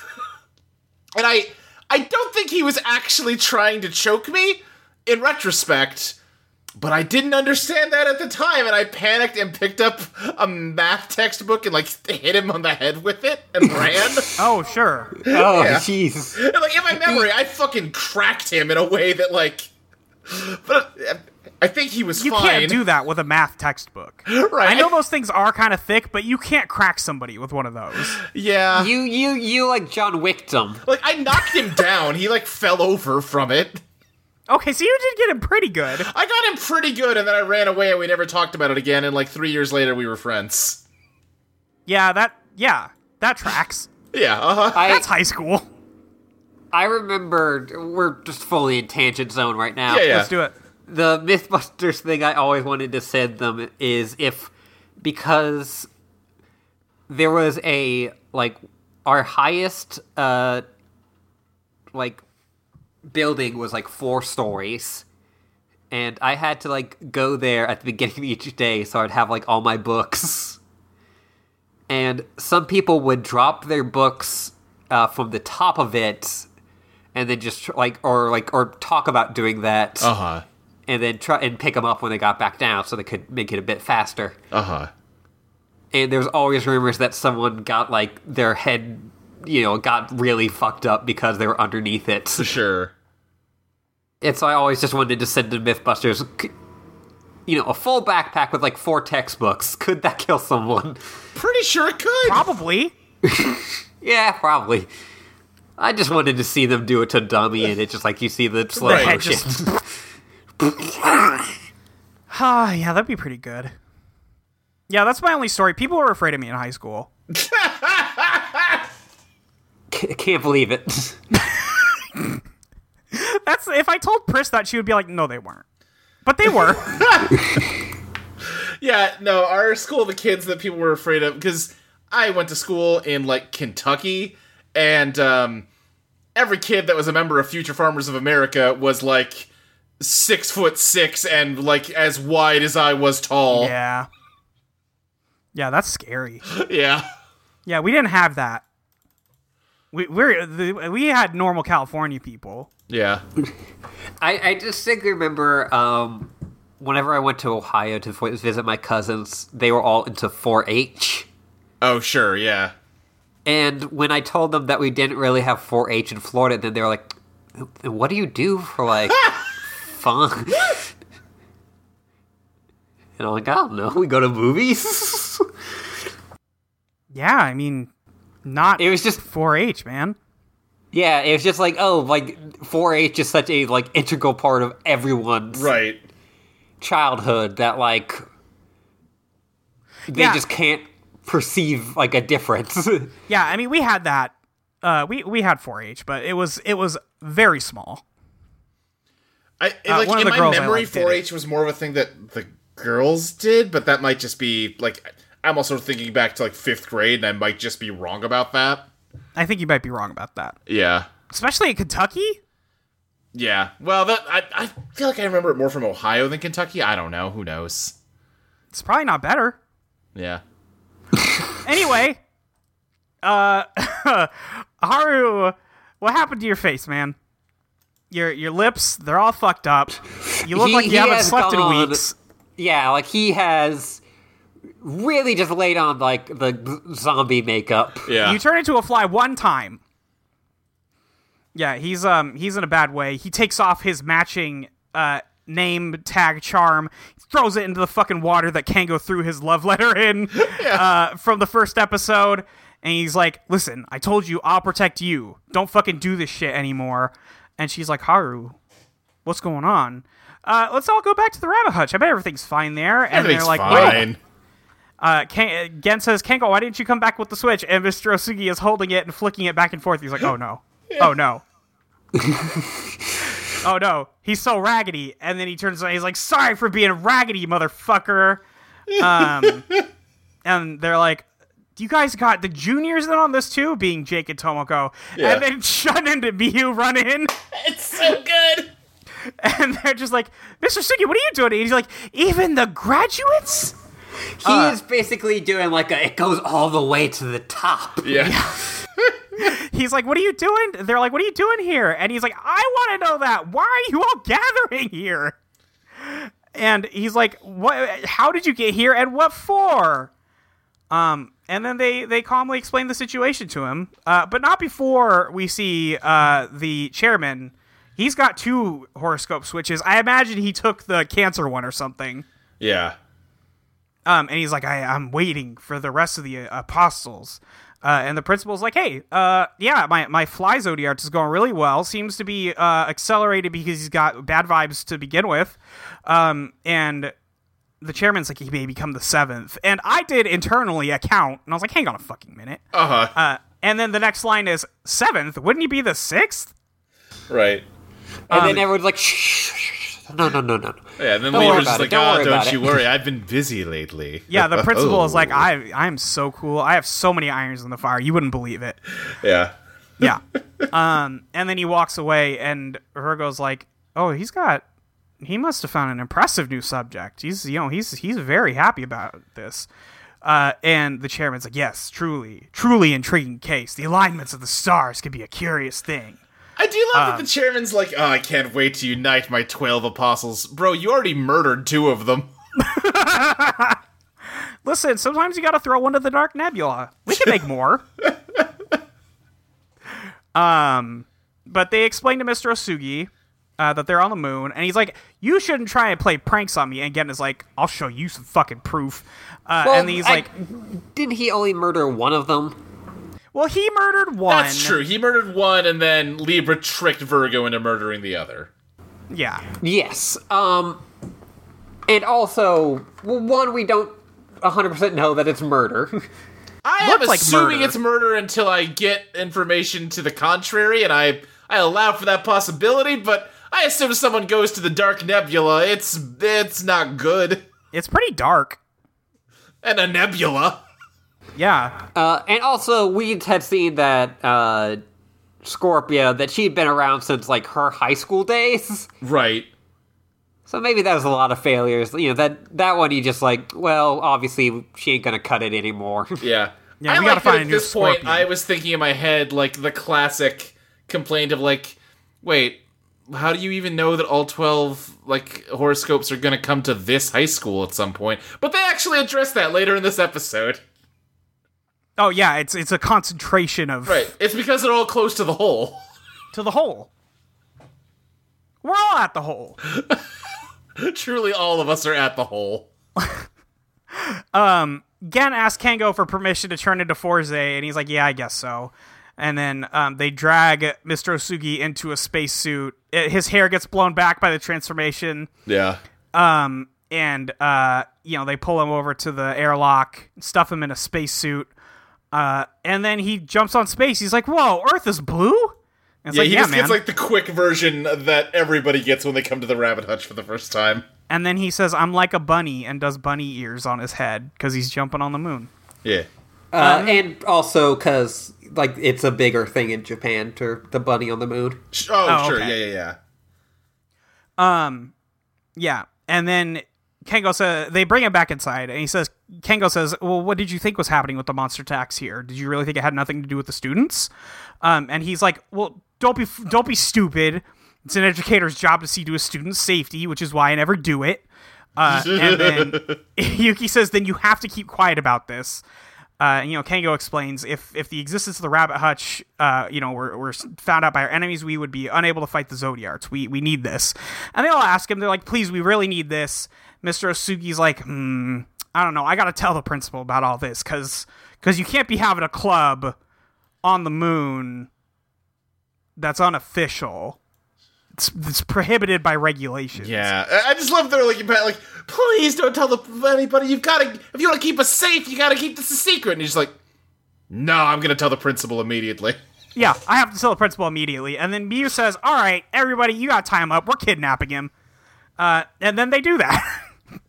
E: And I I don't think he was actually trying to choke me in retrospect, but I didn't understand that at the time and I panicked and picked up a math textbook and like hit him on the head with it and ran.
D: oh sure.
C: oh, jeez.
E: and like in my memory, I fucking cracked him in a way that like but I- I think he was
D: You
E: fine.
D: can't do that with a math textbook.
E: right.
D: I know those things are kind of thick, but you can't crack somebody with one of those.
E: Yeah.
C: You you you like John Wick them.
E: like I knocked him down. He like fell over from it.
D: Okay, so you did get him pretty good.
E: I got him pretty good and then I ran away and we never talked about it again and like 3 years later we were friends.
D: Yeah, that yeah, that tracks.
E: Yeah, uh-huh.
C: I
D: That's high school.
C: I remember we're just fully in tangent zone right now.
E: Yeah, yeah.
D: Let's do it.
C: the Mythbusters thing I always wanted to send them is if because there was a like our highest uh like building was like four stories and I had to like go there at the beginning of each day so I'd have like all my books and some people would drop their books uh, from the top of it and then just like or like or talk about doing that
E: Uh-huh.
C: and then try and pick them up when they got back down so they could make it a bit faster.
E: Uh-huh.
C: And there's always rumors that someone got like their head, you know, got really fucked up because they were underneath it.
E: Sure.
C: and so I always just wanted to send to Mythbusters, c- you know, a full backpack with like four textbooks. Could that kill someone?
E: Pretty sure it could.
D: Probably.
C: yeah, probably. I just wanted to see them do it to Dummy, and it's just like you see the slow
E: Right.
C: motion.
D: Just- Ah, yeah, that'd be pretty good. Yeah, that's my only story. People were afraid of me in high school.
C: C- can't believe it.
D: That's if I told Pris that she would be like, "No, they weren't," but they were.
E: Yeah, no, our school, the kids that people were afraid of, because I went to school in like Kentucky, and um, every kid that was a member of Future Farmers of America was like six foot six and like as wide as I was tall.
D: yeah,
E: Yeah.
D: yeah, that's scary. Yeah, we didn't have that. We we're, the, we had normal California people.
E: Yeah.
C: I, I distinctly remember um, whenever I went to Ohio to fo- visit my cousins, they were all into 4-H.
E: Oh, sure, yeah.
C: And when I told them that we didn't really have 4-H in Florida, then they were like, "What do you do for like fun?" And I'm like, "I don't know. We go to movies."
D: Yeah, I mean, not
C: it was just
D: 4-H, man.
C: yeah, it was just like, "Oh, like 4-H is such a like integral part of everyone's
E: Right.
C: childhood that like they
D: Yeah.
C: just can't perceive like a difference."
D: Yeah, I mean, we had that. Uh, we we had 4-H, but it was it was very small.
E: I
D: Uh,
E: like
D: one of
E: in
D: the
E: my
D: girls I
E: memory,
D: liked did
E: 4-H was more of a thing that the girls did, but that might just be like I'm also thinking back to like fifth grade, and I might just be wrong about that.
D: I think you might be wrong about that,
E: Yeah,
D: especially in Kentucky.
E: yeah. Well, that I, I feel like I remember it more from Ohio than Kentucky. I don't know. Who knows?
D: It's probably not better.
E: Yeah.
D: Anyway, uh, Haru, what happened to your face, man? Your your lips, they're all fucked up. You look
C: He-
D: like you
C: he
D: haven't
C: has
D: slept in
C: gone-
D: weeks.
C: Yeah, like he has really just laid on like the zombie makeup.
E: Yeah.
D: You turn into a fly one time. Yeah, he's um he's in a bad way. He takes off his matching uh name tag charm, throws it into the fucking water that Kango threw his love letter in uh, from the first episode, and he's like, "Listen, I told you I'll protect you. Don't fucking do this shit anymore." And she's like, "Haru, what's going on?" Uh, let's all go back to the rabbit hutch. I bet everything's fine there. And
E: Everything's
D: they're like, "Wait,
E: fine.
D: uh, Ken, uh, Gen says, Kenko, why didn't you come back with the Switch? And Mr. Osugi is holding it and flicking it back and forth. He's like, oh no. Oh no. oh no. He's so raggedy. And then he turns around. He's like, sorry for being raggedy, motherfucker. Um, and they're like, you guys got the juniors in on this too, being Jake and Tomoko.
E: Yeah.
D: And then Shun and Miyu run in.
E: It's so good.
D: And they're just like, Mr. Sugi, what are you doing? And he's like, even the graduates?
C: He
D: Uh.
C: is basically doing like a it goes all the way to the top.
E: Yeah.
D: he's like, "What are you doing?" They're like, "What are you doing here?" And he's like, "I want to know that. Why are you all gathering here?" And he's like, "What? How did you get here? And what for?" Um, and then they they calmly explain the situation to him, uh, but not before we see uh, the chairman. He's got two horoscope switches. I imagine he took the cancer one or something.
E: Yeah.
D: Um, and he's like, I, I'm waiting for the rest of the uh, apostles. Uh, and the principal's like, hey, uh, yeah, my, my fly zodiac is going really well. Seems to be uh, accelerated because he's got bad vibes to begin with. Um, and the chairman's like, he may become the seventh. And I did internally a count, and I was like, hang on a fucking minute.
E: Uh huh.
D: Uh, and then the next line is, seventh, wouldn't he be the sixth?
E: Right.
C: And then everyone's like, shh, shh, shh, shh. no, no, no, no, no.
E: Yeah. And then
C: Don't
E: we
C: worry
E: were just
C: about it,
E: like,
C: don't
E: "Oh,
C: worry
E: don't
C: about
E: you
C: it."
E: worry. I've been busy lately."
D: Yeah, the principal is like,
E: Oh.
D: I, I'm so cool. I have so many irons in the fire. You wouldn't believe it.
E: Yeah.
D: yeah. Um, and then he walks away, and Virgo's like, "Oh, he's got. He must have found an impressive new subject. He's, you know, he's he's very happy about this." Uh, and the chairman's like, "Yes, truly, truly intriguing case. The alignments of the stars could be a curious thing."
E: I do love
D: Uh,
E: that the chairman's like, oh, I can't wait to unite my 12 apostles. Bro, you already murdered two of them.
D: Listen, sometimes you got to throw one to the dark nebula. We can make more. um, but they explain to Mr. Osugi uh, that they're on the moon, and he's like, "You shouldn't try and play pranks on me." And Gen is like, "I'll show you some fucking proof." Uh,
C: Well,
D: and he's
C: I-
D: like,
C: didn't he only murder one of them?
D: Well, he murdered one.
E: That's true. He murdered one, and then Libra tricked Virgo into murdering the other.
D: Yeah.
C: Yes. Um, and also, well, one, we don't 100% know that it's murder.
E: I
D: Looked
E: am
D: like
E: assuming
D: murder.
E: it's murder until I get information to the contrary, and I I allow for that possibility. But I assume if someone goes to the Dark Nebula, it's it's not good.
D: It's pretty dark.
E: And a nebula.
D: Yeah.
C: uh, and also, we had seen that uh, Scorpio, that she'd been around since like her high school days.
E: Right.
C: So maybe that was a lot of failures. You know, that, that one you just like, well, obviously she ain't going to cut it anymore.
E: Yeah.
D: Yeah,
E: I
D: we gotta
E: like
D: find
E: that
D: a
E: at
D: new
E: this point,
D: Scorpion.
E: I was thinking in my head like the classic complaint of like, wait, how do you even know that all twelve like horoscopes are gonna come to this high school at some point? But they actually address that later in this episode.
D: Oh yeah. It's it's a concentration of
E: Right. It's because they're all close to the hole.
D: to the hole. We're all at the hole.
E: Truly all of us are at the hole.
D: Gen asks Kango for permission to turn into Forze, and he's like, "Yeah, I guess so." And then um, they drag Mr. Osugi into a spacesuit. I- His hair gets blown back by the transformation,
E: Yeah.
D: and uh, you know they pull him over to the airlock, stuff him in a spacesuit, uh, and then he jumps on space. He's like, "Whoa, Earth is blue!" And it's
E: Yeah,
D: like,
E: he
D: "Yeah,
E: just
D: man."
E: gets like the quick version that everybody gets when they come to the rabbit hutch for the first time.
D: and then he says, "I'm like a bunny," and does bunny ears on his head because he's jumping on the moon.
E: Yeah.
C: Uh, and also because like it's a bigger thing in Japan to the bunny on the moon.
E: Sh- Oh,
D: Oh,
E: sure.
D: okay.
E: Yeah, yeah, yeah.
D: Yeah. And then Kengo says they bring him back inside and he says Kengo says, "Well, what did you think was happening with the monster tax here? Did you really think it had nothing to do with the students?" Um, and he's like, "Well, don't be f- don't be stupid. It's an educator's job to see to a student's safety, which is why I never do it." Uh, and then Yuki says, "Then you have to keep quiet about this." Uh, and, you know, Kango explains if if the existence of the rabbit hutch, uh, you know, were, were found out by our enemies, we would be unable to fight the Zodiarts. We we need this, and they all ask him. They're like, "Please, we really need this." Mister Osugi's like, "Hmm, I don't know. I got to tell the principal about all this because because you can't be having a club on the moon that's unofficial. It's, it's prohibited by regulations."
E: Yeah, I- I just love their like, about, like, please don't tell the anybody. You've got to, if you want to keep us safe, you got to keep this a secret. And he's just like, no, I'm gonna tell the principal immediately.
D: Yeah, I have to tell the principal immediately. And then Mew says, All right, everybody, you got to tie him up. We're kidnapping him. Uh, and then they do that.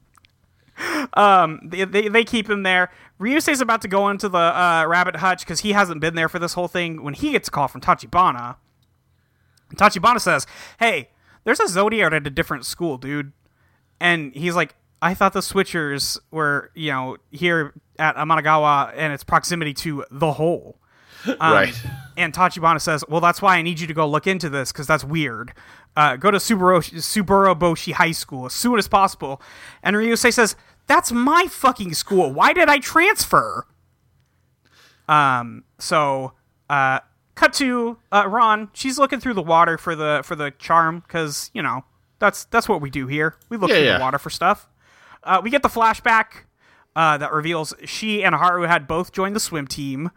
D: um, they, they, they keep him there. Ryusei's about to go into the uh, rabbit hutch because he hasn't been there for this whole thing when he gets a call from Tachibana. And Tachibana says, Hey, there's a Zodiac at a different school, dude. And he's like, I thought the switchers were, you know, here at Amanagawa and its proximity to the hole.
E: right.
D: And Tachibana says, "Well, that's why I need you to go look into this because that's weird. Uh, go to Subaru Subaruboshi High School as soon as possible." And Ryusei says, "That's my fucking school. Why did I transfer?" Um. So, uh, cut to uh, Ron. She's looking through the water for the for the charm because you know that's that's what we do here. We look
E: Yeah,
D: through
E: yeah.
D: the water for stuff. Uh, we get the flashback uh, that reveals she and Haru had both joined the swim team.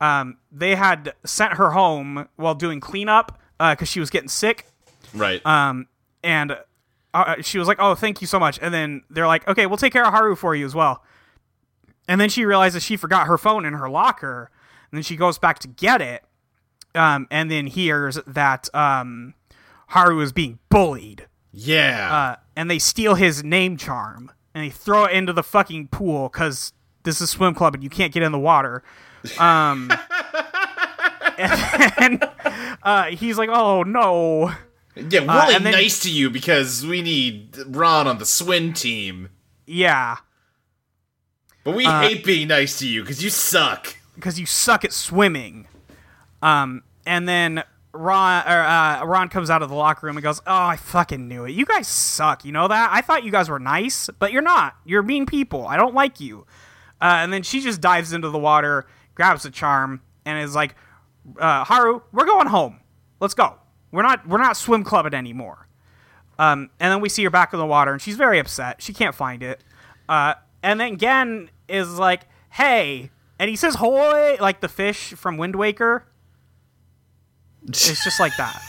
D: Um, they had sent her home while doing cleanup because she was getting sick,
E: Right.
D: and uh, she was like, "Oh, thank you so much." And then they're like, "Okay, we'll take care of Haru for you as well." And then she realizes she forgot her phone in her locker, and then she goes back to get it, um, and then hears that um, Haru is being bullied
E: yeah.
D: uh, and they steal his name charm and they throw it into the fucking pool because this is swim club and you can't get in the water. Um, and then, uh, he's like, "Oh no!"
E: yeah. Really
D: and then-
E: nice to you because we need Ron on the Swin team,
D: Yeah,
E: but we hate being nice to you because you suck.
D: because you suck at swimming. Um, and then Ron or, uh, Ron comes out of the locker room and goes, "Oh, I fucking knew it. You guys suck. You know that? I thought you guys were nice, but you're not. You're mean people. I don't like you." Uh, and then she just dives into the water, grabs the charm, and is like, uh, "Haru, we're going home. Let's go. We're not we're not swim clubbing anymore." Um, and then we see her back in the water, and she's very upset. She can't find it. Uh, and then Gen is like, "Hey, and he says "Hoy" like the fish from Wind Waker. It's just like that.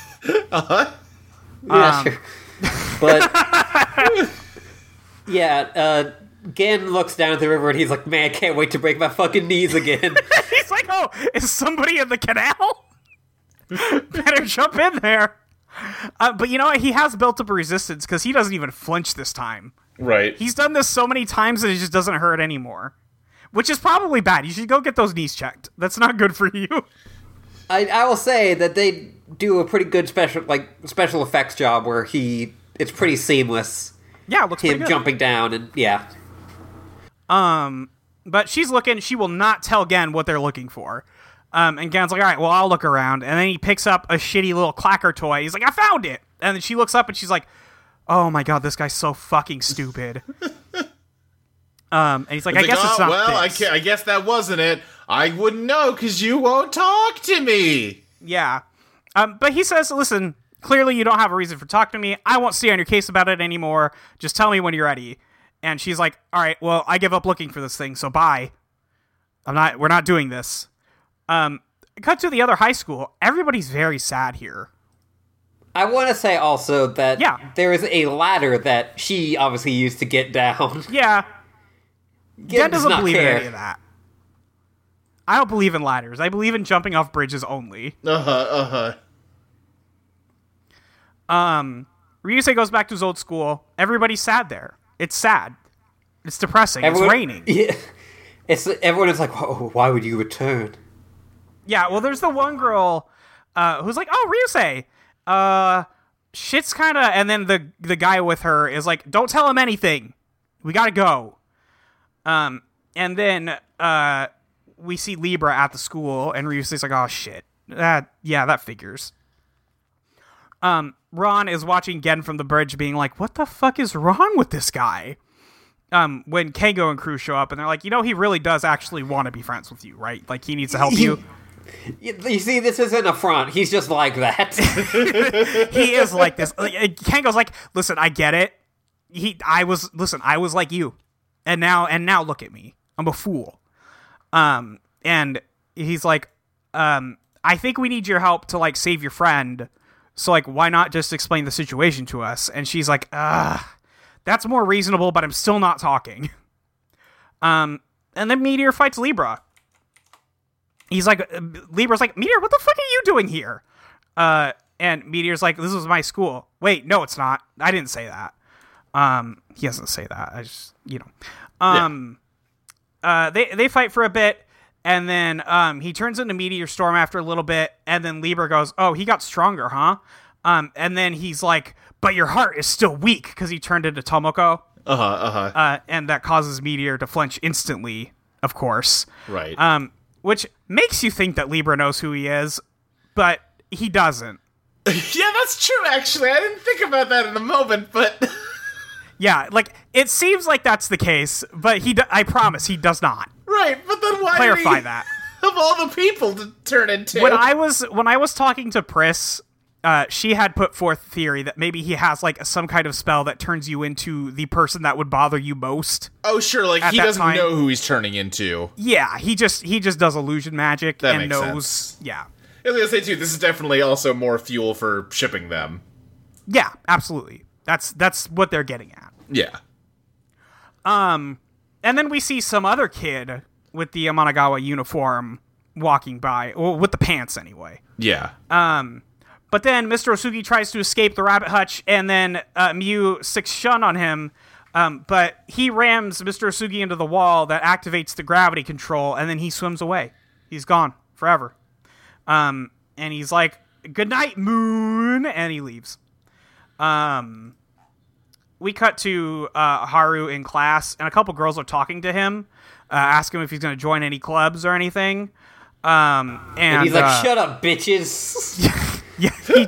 C: Yeah, sure. Uh, But yeah, uh, Gan looks down at the river and he's like, "Man, I can't wait to break my fucking knees again."
D: He's like, "Oh, is somebody in the canal? Better jump in there." Uh, but you know what? He has built up a resistance because he doesn't even flinch this time.
E: Right.
D: He's done this so many times that it just doesn't hurt anymore, which is probably bad. You should go get those knees checked. That's not good for you.
C: I, I will say that they do a pretty good special like special effects job where he it's pretty seamless
D: Yeah, it looks pretty
C: him
D: good.
C: jumping down and yeah
D: But she's looking. She will not tell Gen what they're looking for. Um, and Gen's like, all right, well, I'll look around. And then he picks up a shitty little clacker toy. He's like, I found it. And then she looks up and she's like, oh my god, this guy's so fucking stupid. um, and he's like, I
E: It's like,
D: guess it's
E: "Oh,
D: not.
E: well, I,
D: this."
E: ca- I guess that wasn't it. I wouldn't know because you won't talk to me.
D: Yeah. Um, but he says, listen, clearly you don't have a reason for talking to me. I won't stay on your case about it anymore. Just tell me when you're ready. And she's like, all right, well, I give up looking for this thing, so bye. I'm not, we're not doing this. Um, cut to the other high school. Everybody's very sad here.
C: i want to say also that
D: Yeah.
C: there is a ladder that she obviously used to get down
D: Yeah.
C: Gen
D: Jen doesn't
C: not
D: believe in
C: care.
D: any of that. I don't believe in ladders. I believe in jumping off bridges only.
E: Uh huh. Uh huh.
D: Um, Ryusei goes back to his old school. Everybody's sad there. It's sad. It's depressing.
C: Everyone-
D: it's raining.
C: yeah, it's everyone is like "Wh- why would you return
D: Yeah, well, there's the one girl uh, who's like, "Oh, Ryusei, uh, shit's kind of," and then the the guy with her is like, "Don't tell him anything. We gotta go." Um, and then uh, we see Libra at the school, and Ryusei's like, "Oh shit, that yeah, that figures." Um, Ron is watching Gen from the bridge, being like, "What the fuck is wrong with this guy?" Um, when Kengo and crew show up, and they're like, "You know, he really does actually want to be friends with you, right? Like, he needs to help you."
C: you, you see this isn't a front he's just like that
D: he is like this. Like, uh, Kango's like, listen, I get it. He, I was, listen, I was like you, and now, and now look at me. I'm a fool. Um, and he's like, um, I think we need your help to like save your friend. So like, why not just explain the situation to us? And she's like, ugh, that's more reasonable, but I'm still not talking. Um, and then Meteor fights Libra. He's like, uh, Libra's like, Meteor, what the fuck are you doing here? Uh, and Meteor's like, "This was my school." Wait, no, it's not. I didn't say that. Um, he doesn't say that. I just, you know, um, uh, they they fight for a bit, and then um, he turns into Meteor Storm after a little bit, and then Libra goes, "Oh, he got stronger, huh?" Um, and then he's like, "But your heart is still weak because he turned into Tomoko."
E: Uh huh. Uh huh.
D: uh, and that causes Meteor to flinch instantly, of course.
E: Right.
D: Um, which makes you think that Libra knows who he is, but he doesn't.
E: yeah, that's true. Actually, I didn't think about that in the moment, but
D: Yeah, like it seems like that's the case, but he, do- I promise, he does not.
E: right. But then why did
D: Clarify
E: he-
D: that.
E: Of all the people to turn into,
D: When I was when I was talking to Pris, uh, she had put forth the theory that maybe he has like some kind of spell that turns you into the person that would bother you most.
E: oh sure, like
D: at
E: he
D: that
E: doesn't
D: time-
E: know who he's turning into.
D: Yeah, he just he just does illusion magic
E: That
D: and
E: makes
D: knows.
E: sense.
D: Yeah,
E: I was gonna say too. This is definitely also more fuel for shipping them.
D: yeah, absolutely. That's that's what they're getting at.
E: Yeah.
D: and then we see some other kid with the Amanagawa uniform walking by, or with the pants anyway.
E: Yeah.
D: Uh. But then Mr. Osugi tries to escape the rabbit hutch, and then uh, Mew six shun on him. Um, but he rams Mr. Osugi into the wall that activates the gravity control, and then he swims away. He's gone forever. Um, and he's like, "Good night, Moon," and he leaves. Um, we cut to uh, Haru in class, and a couple girls are talking to him, uh, ask him if he's going to join any clubs or anything. Um, and,
C: and he's
D: uh,
C: like shut up bitches
D: yeah, he,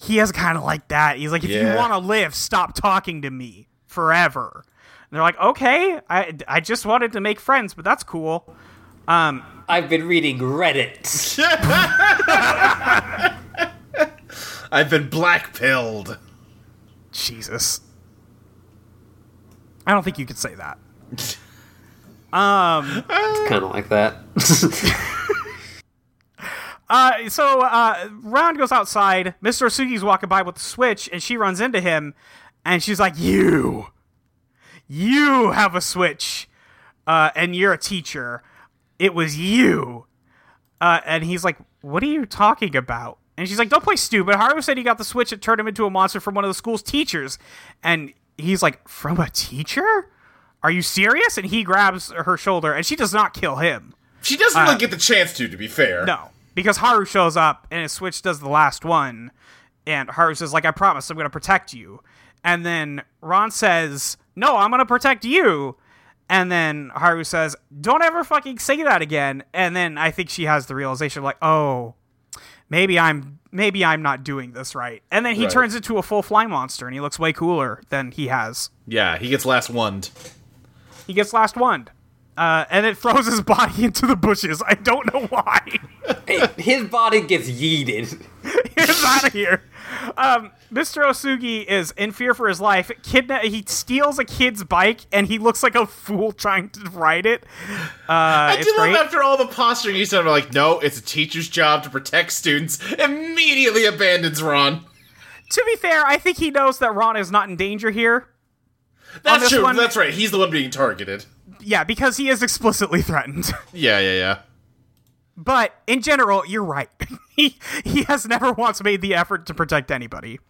D: he is kind of like that. He's like, if you
E: Yeah.
D: want to live, stop talking to me forever. And they're like, okay, I, I just wanted to make friends, but that's cool.
C: i've been reading reddit
E: I've been black pilled.
D: Jesus. I don't think you could say that.
C: It's kind of like that.
D: Uh, so uh, Ron goes outside. Mr. Sugi's walking by with the switch, and she runs into him, and she's like, "You, you have a switch, uh, and you're a teacher. It was you." Uh, and he's like, "What are you talking about?" And she's like, "Don't play stupid. Haru said he got the switch that turned him into a monster from one of the school's teachers." And he's like, "From a teacher? Are you serious?" And he grabs her shoulder, and she does not kill him.
E: She doesn't really get the chance to, to be fair.
D: Uh. No, because Haru shows up and his switch does the last one, and Haru says like, "I promise, I'm going to protect you." And then Ron says, "No, I'm going to protect you." And then Haru says, "Don't ever fucking say that again." And then I think she has the realization like, "Oh, maybe I'm maybe I'm not doing this right." And then he
E: Right.
D: turns into a full fly monster and he looks way cooler than he has.
E: Yeah, he gets last one.
D: He gets last one. Uh, and it throws his body into the bushes. I don't know why.
C: His body gets yeeted.
D: Get out of here. Um, Mr. Osugi is in fear for his life. Kidna- he steals a kid's bike and he looks like a fool trying to ride it.
E: I
D: it's
E: do love
D: great.
E: after all the posturing he said, I'm like, no, it's a teacher's job to protect students. Immediately abandons Ron.
D: To be fair, I think he knows that Ron is not in danger here.
E: That's
D: this
E: true.
D: one-
E: That's right. He's the one being targeted.
D: Yeah, because he is explicitly threatened.
E: Yeah, yeah, yeah.
D: But in general, you're right. he he has never once made the effort to protect anybody.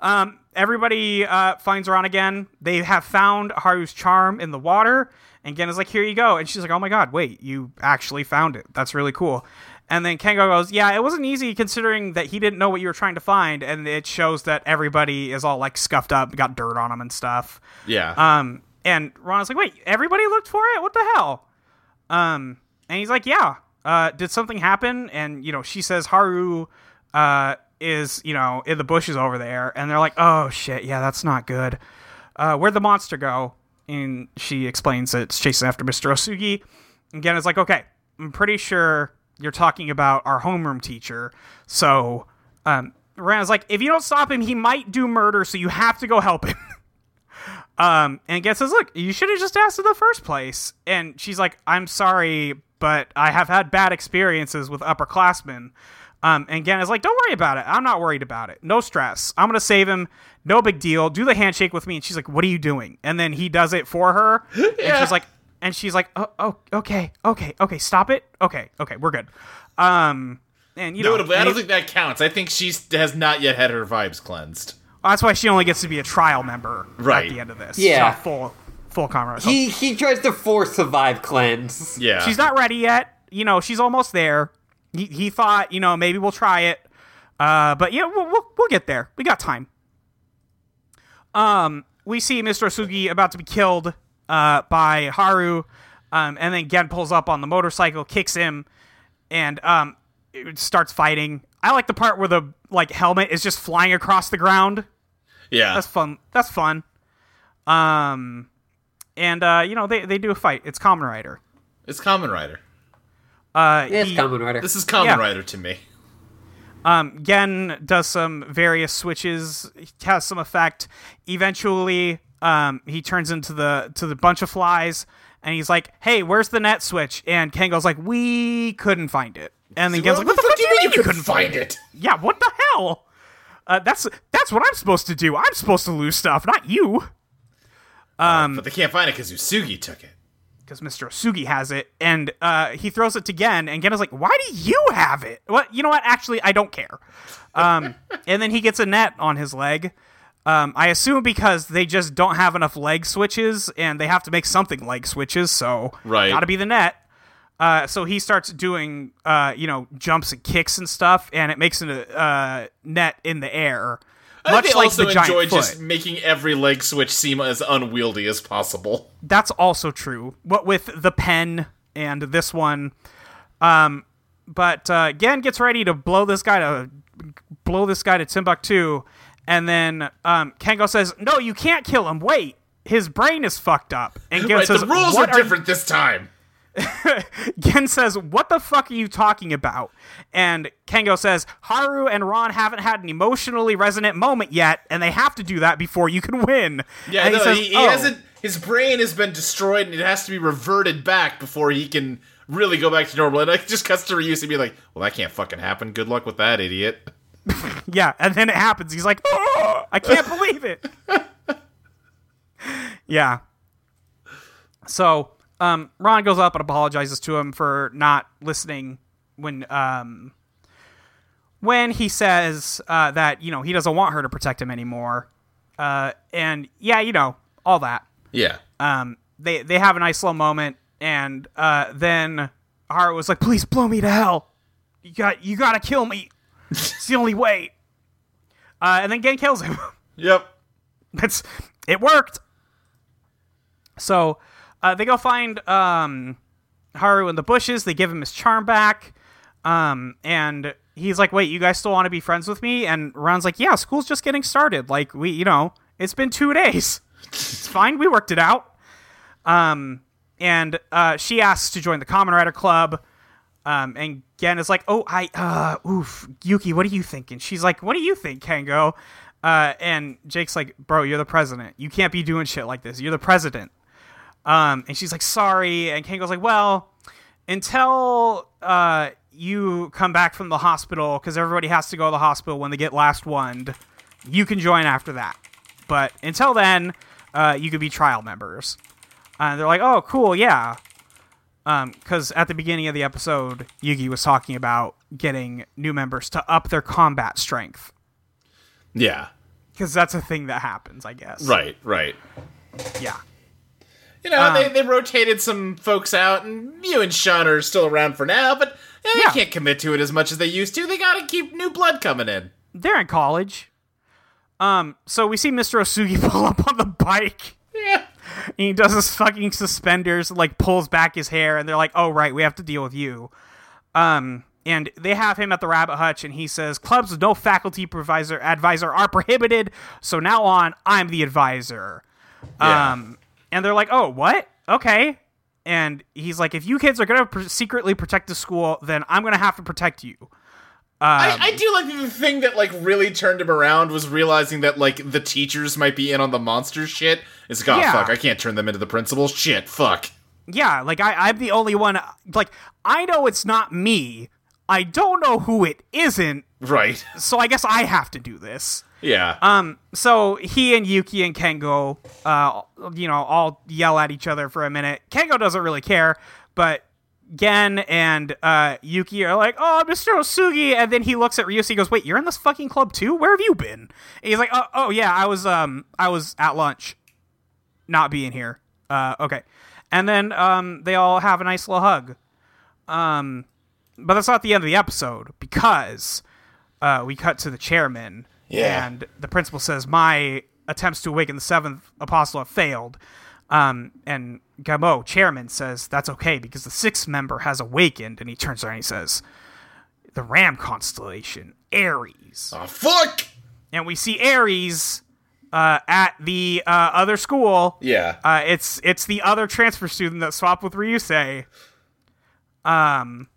D: Um, everybody uh, finds Ron again. They have found Haru's charm in the water, and Gen is like, "Here you go," and she's like, "Oh my god, wait, you actually found it? That's really cool." And then Kengo goes, "Yeah, it wasn't easy considering that he didn't know what you were trying to find, and it shows that everybody is all like scuffed up, got dirt on them and stuff."
E: Yeah.
D: Um, and Ron's like, wait, everybody looked for it? What the hell? Um, and he's like, yeah. Uh, did something happen? And you know, she says Haru uh, is you know in the bushes over there, and they're like, oh shit, yeah, that's not good. Uh, where'd the monster go? And she explains that it's chasing after Mr. Osugi. And Gen is like, okay, I'm pretty sure you're talking about our homeroom teacher. So, um, Ron is like, if you don't stop him, he might do murder, so you have to go help him. Um, and Get says, "Look, you should have just asked in the first place." And she's like, "I'm sorry, but I have had bad experiences with upperclassmen." Um, and Gen is like, "Don't worry about it. I'm not worried about it. No stress. I'm gonna save him. No big deal. Do the handshake with me." And she's like, "What are you doing?" And then he does it for her. And she's like, "And she's like, oh, oh, okay, okay, okay. Stop it. Okay, okay, we're good." Um, and you know,
E: Notably, I
D: and
E: don't
D: he-
E: think that counts. I think she has not yet had her vibes cleansed.
D: that's why she only gets to be a trial member
E: Right.
D: at the end of this.
C: Yeah.
D: Not full, full comrade.
C: He he tries to force survive cleanse.
E: Yeah.
D: She's not ready yet. You know, she's almost there. He, he thought, you know, maybe we'll try it. Uh, but yeah, we'll, we'll, we'll get there. We got time. Um, we see Mr. Sugi about to be killed uh, by Haru. Um, and then Gen pulls up on the motorcycle, kicks him, and um, it starts fighting. I like the part where the like helmet is just flying across the ground
E: Yeah.
D: that's fun. That's fun. Um, and uh, you know they, they do a fight. It's Common Rider.
E: it's Common Rider.
D: Uh,
C: Yeah, it's
D: he-
C: Kamen Rider.
E: This is Common
D: Yeah.
E: Rider to me.
D: um, Gen does some various switches, he has some effect. Eventually, um, he turns into the to the bunch of flies, and he's like, "Hey, where's the net switch?" And Kengo's like, "We couldn't find it." And then Gen's like, "What the fuck do you mean you couldn't find it?" Yeah, what the hell? Uh, that's that's what I'm supposed to do. I'm supposed to lose stuff, not you.
E: but they can't find it because Usugi took it.
D: because Mr. Osugi has it, and uh, he throws it to Gen, and Gen is like, "Why do you have it?" Well, you know what? Actually, I don't care. Um, and then he gets a net on his leg. Um, I assume because they just don't have enough leg switches, and they have to make something leg switches, so
E: Right.
D: gotta be the net. Uh, so he starts doing, uh, you know, jumps and kicks and stuff, and it makes a uh, net in the air,
E: I
D: much
E: think they
D: like
E: also
D: the giant
E: enjoy
D: foot.
E: just making every leg switch seem as unwieldy as possible.
D: that's also true. What with the pen and this one, um, but uh, Gen gets ready to blow this guy to blow this guy to Timbuktu, and then um, Kengo says, "No, you can't kill him. Wait, his brain is fucked up." And Gen
E: Right,
D: says,
E: the rules are
D: "What are
E: different this time.
D: Gen says, What the fuck are you talking about? And Kengo says, Haru and Ron haven't had an emotionally resonant moment yet, and they have to do that before you can win.
E: Yeah,
D: and
E: no, he,
D: says,
E: he
D: "Oh."
E: hasn't. his brain has been destroyed and it has to be reverted back before he can really go back to normal. And it just cuts to Ryu's and be like, "Well, that can't fucking happen. Good luck with that, idiot."
D: Yeah, and then it happens. He's like, "Oh, I can't believe it. yeah. So um, Ron goes up and apologizes to him for not listening when um, when he says uh, that you know he doesn't want her to protect him anymore. Uh, and yeah, you know all that.
E: Yeah.
D: Um, they they have a nice little moment, and uh, then Haru was like, "Please blow me to hell. You got you gotta kill me. It's the only way." Uh, and then Gen kills him.
E: yep.
D: That's it worked. So uh, they go find um, Haru in the bushes. They give him his charm back, um, and he's like, "Wait, you guys still want to be friends with me?" And Ron's like, "Yeah, school's just getting started. Like we, you know, it's been two days. It's fine. We worked it out." Um, and uh, she asks to join the Common Rider Club. Um, and Gen is like, "Oh, I, uh, oof, Yuki, what do you think?" And she's like, "What do you think, Kango?" Uh, and Jake's like, "Bro, you're the president. You can't be doing shit like this. You're the president." Um, and she's like, "Sorry." And Kango's like, "Well, until uh, you come back from the hospital, because everybody has to go to the hospital when they get last one, you can join after that. But until then, uh, you could be trial members." And they're like, "Oh, cool, yeah." because Um, at the beginning of the episode, Yugi was talking about getting new members to up their combat strength
E: Yeah.
D: because that's a thing that happens, I guess.
E: Right. Right.
D: Yeah.
E: You know, they, they rotated some folks out, and you and Sean are still around for now, but eh,
D: Yeah.
E: they can't commit to it as much as they used to. They gotta keep new blood coming in.
D: They're in college. Um, so we see Mr. Osugi pull up on the bike.
E: Yeah.
D: And he does his fucking suspenders, like pulls back his hair, and they're like, "Oh right, we have to deal with you." Um, and they have him at the rabbit hutch, and he says, "Clubs with no faculty provisor advisor are prohibited. So now on, I'm the advisor."
E: Yeah.
D: Um, and they're like, "Oh, what? Okay." And he's like, "If you kids are gonna pr- secretly protect the school, then I'm gonna have to protect you." Um,
E: I, I do like that the thing that like really turned him around was realizing that like the teachers might be in on the monster shit. It's like, oh
D: Yeah.
E: fuck, I can't turn them into the principal. Shit, fuck.
D: Yeah, like I, I'm the only one. Like I know it's not me. I don't know who it isn't.
E: Right.
D: So I guess I have to do this.
E: Yeah.
D: Um, so he and Yuki and Kengo, uh, you know, all yell at each other for a minute. Kengo doesn't really care, but Gen and uh, Yuki are like, "Oh, Mr. Osugi," and then he looks at Ryusuke. He goes, "Wait, you're in this fucking club too? Where have you been?" And he's like, "Oh, oh yeah, I was um, I was at lunch, not being here. Uh, okay." And then um, they all have a nice little hug. Um, but that's not the end of the episode because uh, we cut to the chairman.
E: Yeah.
D: And the principal says, My attempts to awaken the seventh apostle have failed. Um, and Gamo, chairman, says, That's okay because the sixth member has awakened. And he turns around and he says, The Ram constellation, Aries.
E: oh, fuck.
D: And we see Aries uh, at the uh, other school.
E: Yeah.
D: Uh, it's it's the other transfer student that swapped with Ryusei. Um,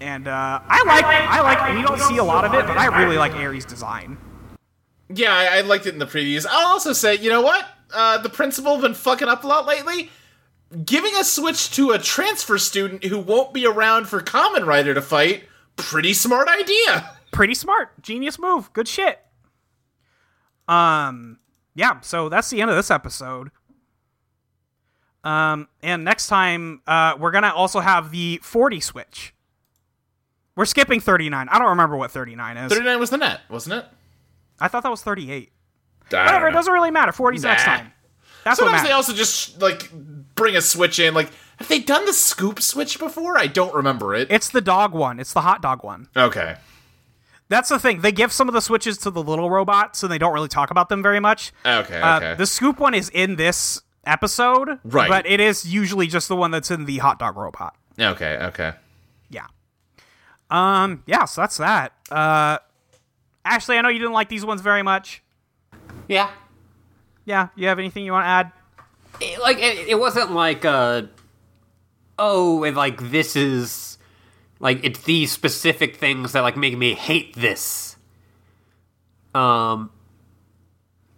D: and uh, I like I like we don't see a lot of it, but I really like Aries' design.
E: yeah, I, I liked it in the previews. I'll also say, you know what? Uh, the principal been fucking up a lot lately. Giving a switch to a transfer student who won't be around for Common Rider to fight, pretty smart idea.
D: Pretty smart, genius move, good shit. Um, yeah. So that's the end of this episode. Um, and next time, uh, we're gonna also have the forty switch. We're skipping thirty nine. I don't remember what thirty nine is.
E: 39 was the net, wasn't it?
D: I thought that was thirty eight.
E: I don't
D: Whatever, it
E: know.
D: doesn't really matter. 40's next
E: Nah.
D: time. That's what
E: Sometimes
D: matters.
E: they also just like bring a switch in. Like, have they done the scoop switch before? I don't remember it.
D: It's the dog one. It's the hot dog one.
E: okay.
D: That's the thing. They give some of the switches to the little robots, and they don't really talk about them very much.
E: Okay.
D: Uh,
E: okay.
D: The scoop one is in this episode,
E: Right.
D: But it is usually just the one that's in the hot dog robot.
E: okay. Okay.
D: Yeah. Um. Yeah. So that's that. Uh, Ashley, I know you didn't like these ones very much.
C: Yeah.
D: Yeah. You have anything you want to add?
C: It- like it, it wasn't like uh oh and like this is like it's these specific things that like make me hate this. Um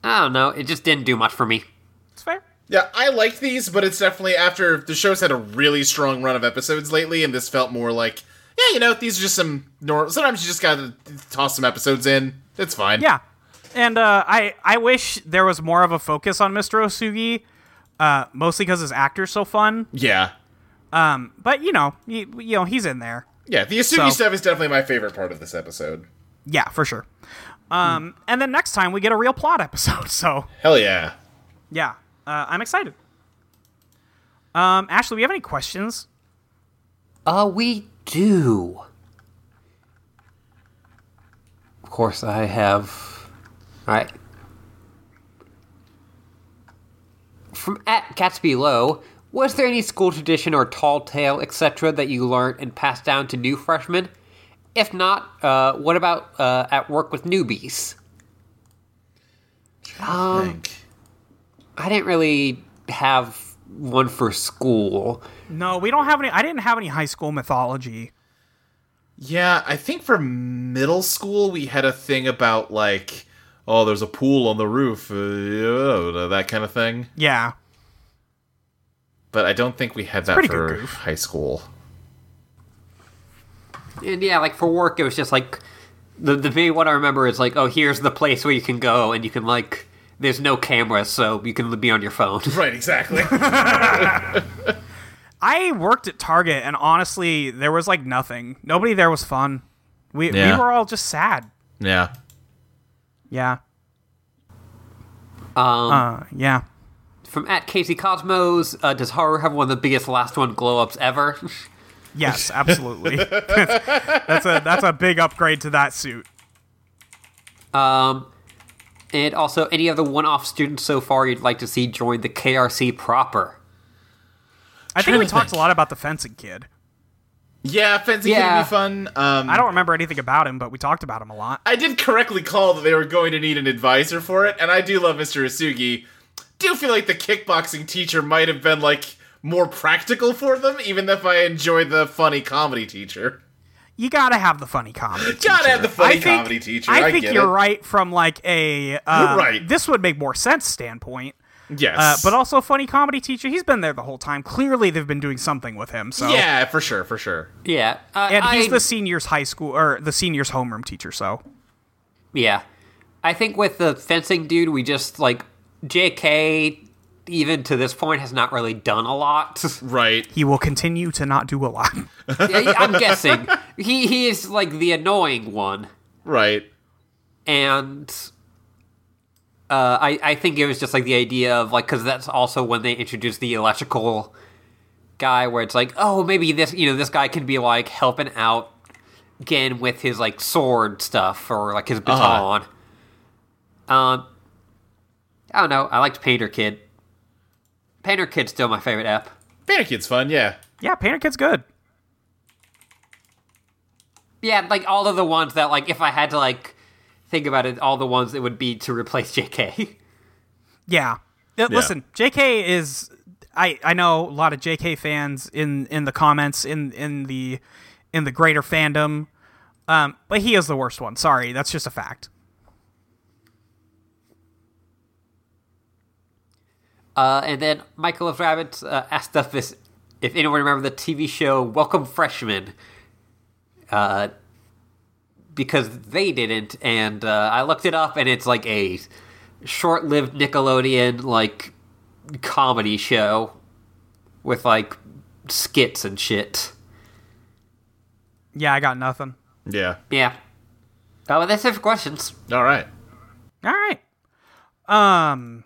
C: I don't know, it just didn't do much for me.
D: It's fair.
E: Yeah, I like these, but it's definitely after the show's had a really strong run of episodes lately, and this felt more like, yeah, you know, these are just some normal. Sometimes you just gotta toss some episodes in. It's fine.
D: Yeah, and uh, I I wish there was more of a focus on Mr. Osugi, uh, mostly because his actor's so fun.
E: Yeah.
D: But you know, you, you know, he's in there.
E: Yeah, the Asugi
D: So-
E: stuff is definitely my favorite part of this episode.
D: Yeah, for sure. Um, and then next time we get a real plot episode. So
E: Hell yeah.
D: yeah, uh, I'm excited. Um, Ashley, we have any questions?
C: Uh, we do. Of course, I have. All right. From at Cats Below, was there any school tradition or tall tale, etc., that you learned and passed down to new freshmen? If not, uh, what about uh, at work with newbies?
E: Think.
C: I didn't really have one for school.
D: No, we don't have any. I didn't have any high school mythology.
E: Yeah, I think for middle school we had a thing about like, oh, there's a pool on the roof, uh, yeah, that kind of thing.
D: Yeah,
E: But I don't think we had that
D: pretty
E: for
D: good goof.
E: high school.
C: And yeah, like for work, it was just like the the big what I remember is like, oh, here's the place where you can go and you can like. There's no camera, so you can be on your phone.
E: Right, exactly.
D: I worked at Target, and honestly, there was like nothing. Nobody there was fun. We
E: Yeah.
D: we were all just sad.
E: yeah.
D: Yeah,
C: Um,
D: uh, yeah.
C: from at Casey Cosmos, uh, does horror have one of the biggest last one glow ups ever?
D: Yes, absolutely. that's a that's a big upgrade to that suit.
C: um, and also, any other one off students so far you'd like to see join the KRC proper?
D: I think
E: Trying
D: we
E: to
D: talked a
E: think.
D: lot about the fencing kid.
E: Yeah, fencing
C: Yeah.
E: could be fun. Um,
D: I don't remember anything about him, but we talked about him a lot.
E: I did correctly call that they were going to need an advisor for it, and I do love Mr. Asugi. Do feel like the kickboxing teacher might have been like more practical for them, even if I enjoy the funny comedy teacher.
D: You gotta have the funny comedy.
E: Gotta have the funny
D: I think,
E: comedy teacher.
D: I
E: I,
D: think
E: get
D: you're
E: it.
D: right from like a uh,
E: right.
D: This would make more sense standpoint,
E: Yes,
D: uh, but also funny comedy teacher. He's been there the whole time. Clearly, they've been doing something with him. So
E: yeah, for sure, for sure.
C: Yeah, uh,
D: and he's
C: I-
D: the seniors high school or the seniors homeroom teacher. So
C: Yeah. I think with the fencing dude, we just, like, JK, even to this point, has not really done a lot.
E: Right.
D: he will continue to not do a lot.
C: I- I'm guessing. He, he is, like, the annoying one.
E: Right.
C: And. Uh, I, I think it was just like the idea of like because that's also when they introduced the electrical guy where it's like oh maybe this you know this guy can be like helping out again with his like sword stuff or like his baton um i don't know i liked painter kid painter kid's still my favorite app
E: Banner Kid's fun, yeah.
D: yeah, Painter Kid's good.
C: yeah like all of the ones that like if i had to like think about it all the ones that would be to replace jk
D: Yeah. Uh, Listen, JK is I I know a lot of JK fans in in the comments in in the in the greater fandom. Um, but he is the worst one. Sorry, that's just a fact.
C: Uh, and then Michael of Rabbit uh, asked us this, if anyone remember the TV show Welcome Freshmen, uh, because they didn't, and uh, I looked it up, and it's like a short-lived Nickelodeon like comedy show with like skits and shit.
D: Yeah, I got nothing.
E: Yeah.
C: Yeah. Oh, that's it for questions.
E: All right.
D: All right. Um.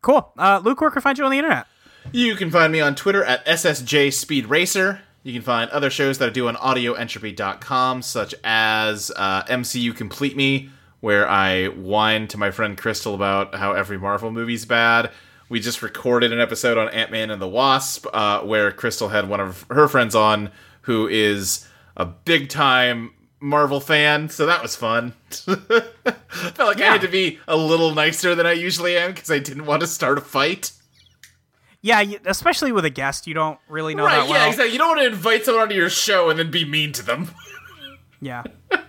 D: Cool. Uh, Luke, where can we find you on the internet?
E: You can find me on Twitter at SSJ Speed Racer. You can find other shows that I do on audioentropy.com, such as uh, MCU Complete Me, where I whine to my friend Crystal about how every Marvel movie's bad. We just recorded an episode on Ant Man and the Wasp, uh, where Crystal had one of her friends on who is a big time Marvel fan, so that was fun. felt like I had to be a little nicer than I usually am because I didn't want to start a fight.
D: Yeah, you, especially with a guest, you don't really know
E: Right,
D: that well.
E: yeah, exactly. You don't want to invite someone onto your show and then be mean to them.
D: Yeah.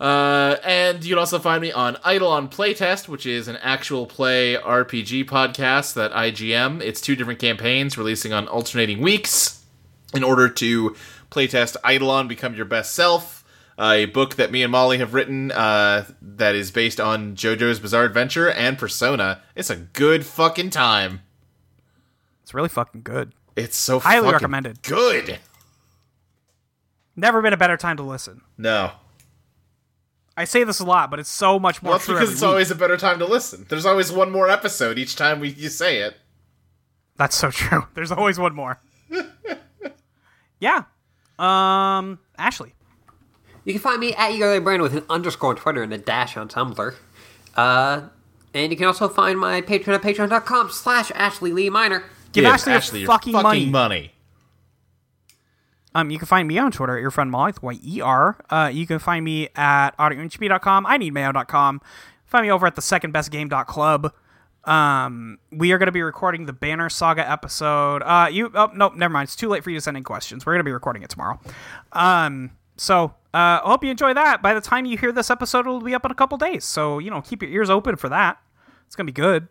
E: Uh, and you can also find me on Idle on Playtest, which is an actual play RPG podcast that IGM. It's two different campaigns releasing on alternating weeks in order to playtest Eidolon Become Your Best Self, uh, a book that me and Molly have written uh, that is based on JoJo's Bizarre Adventure and Persona. It's a good fucking time.
D: It's really fucking good.
E: It's so
D: Highly
E: fucking
D: recommended.
E: Good.
D: Never been a better time to listen.
E: No.
D: I say this a lot, but it's so much more
E: Well, that's
D: true.
E: because
D: every
E: it's
D: week.
E: always a better time to listen. There's always one more episode each time we you say it.
D: That's so true. There's always one more. yeah. Um, Ashley.
C: You can find me at Yearly Brand with an underscore on Twitter and a dash on Tumblr. Uh, and you can also find my Patreon at patreon.com slash Ashley Lee Minor.
D: Give Ashley, your
E: your
D: fucking, money.
E: money.
D: Um, you can find me on Twitter at your friend Molly, Y E R. Uh, you can find me at audioinchb.com, I need mayo.com. Find me over at the secondbestgame.club. Um, we are going to be recording the Banner Saga episode. Uh, you, oh, nope, never mind. It's too late for you to send in questions. We're going to be recording it tomorrow. Um, so, uh, I hope you enjoy that. By the time you hear this episode, it'll be up in a couple days. So, you know, keep your ears open for that. It's going to be good.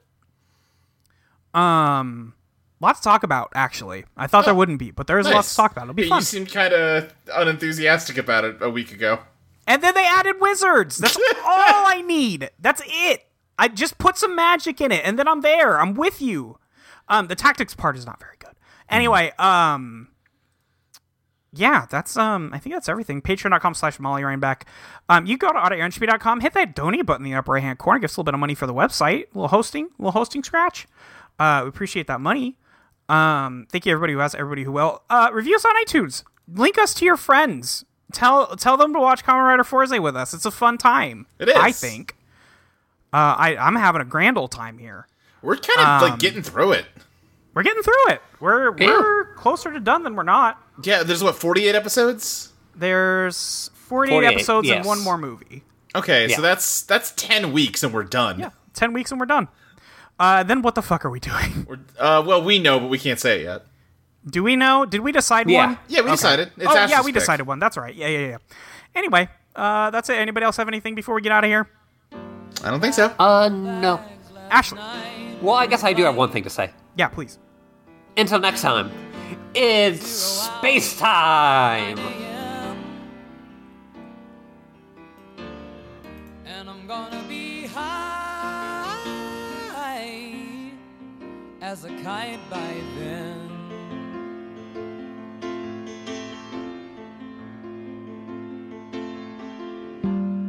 D: Um, lots to talk about, actually. I thought there wouldn't be, but there is lots to talk about. It'll be
E: Oh. Yeah,
D: fun.
E: You seemed kind of unenthusiastic about it a week ago.
D: And then they added wizards. That's all I need. That's it. I just put some magic in it, and then I'm there. I'm with you. Um, the tactics part is not very good. Anyway, um, yeah, that's um, I think that's everything. Patreon.com slash Molly Reinbeck. Um, you go to audioentropy.com, hit that donate button in the upper right hand corner, give us a little bit of money for the website, a little hosting, a little hosting scratch. Uh, we appreciate that money. Um, thank you everybody who has, everybody who will. Uh, review us on iTunes. Link us to your friends. Tell tell them to watch Kamen Rider Forze with us. It's a fun time.
E: It is.
D: I think. Uh, I I'm having a grand old time here.
E: We're kind of like getting through it.
D: We're getting through it. We're
C: Yeah.
D: we're closer to done than we're not.
E: Yeah, there's what 48 episodes.
D: There's 48,
C: 48,
D: episodes
C: yes.
D: and one more movie.
E: Okay,
C: Yeah.
E: so that's that's 10 weeks and we're done.
D: Yeah, 10 weeks and we're done. Uh, then what the fuck are we doing?
E: We're, uh, well, we know, but we can't say it yet.
D: Do we know? Did we decide
C: Yeah.
D: one?
E: Yeah, we decided. It's
D: oh, yeah,
E: Ashley's
D: we
E: pick.
D: decided one. That's right. Yeah, yeah, yeah. Anyway, uh, that's it. Anybody else have anything before we get out of here?
E: I don't think so.
C: Uh, no.
D: Ashley.
C: Well, I guess I do have one thing to say.
D: Yeah, please.
C: Until next time, it's space time!
F: And I'm gonna be high as a kite by then.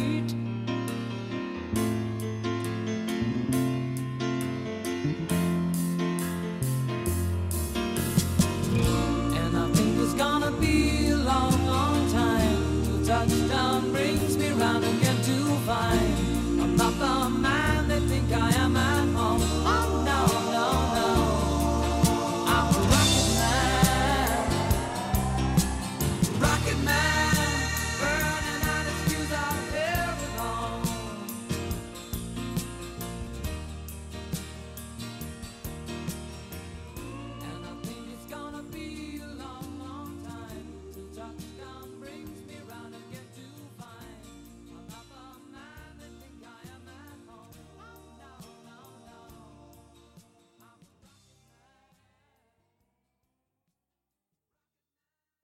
F: Oh,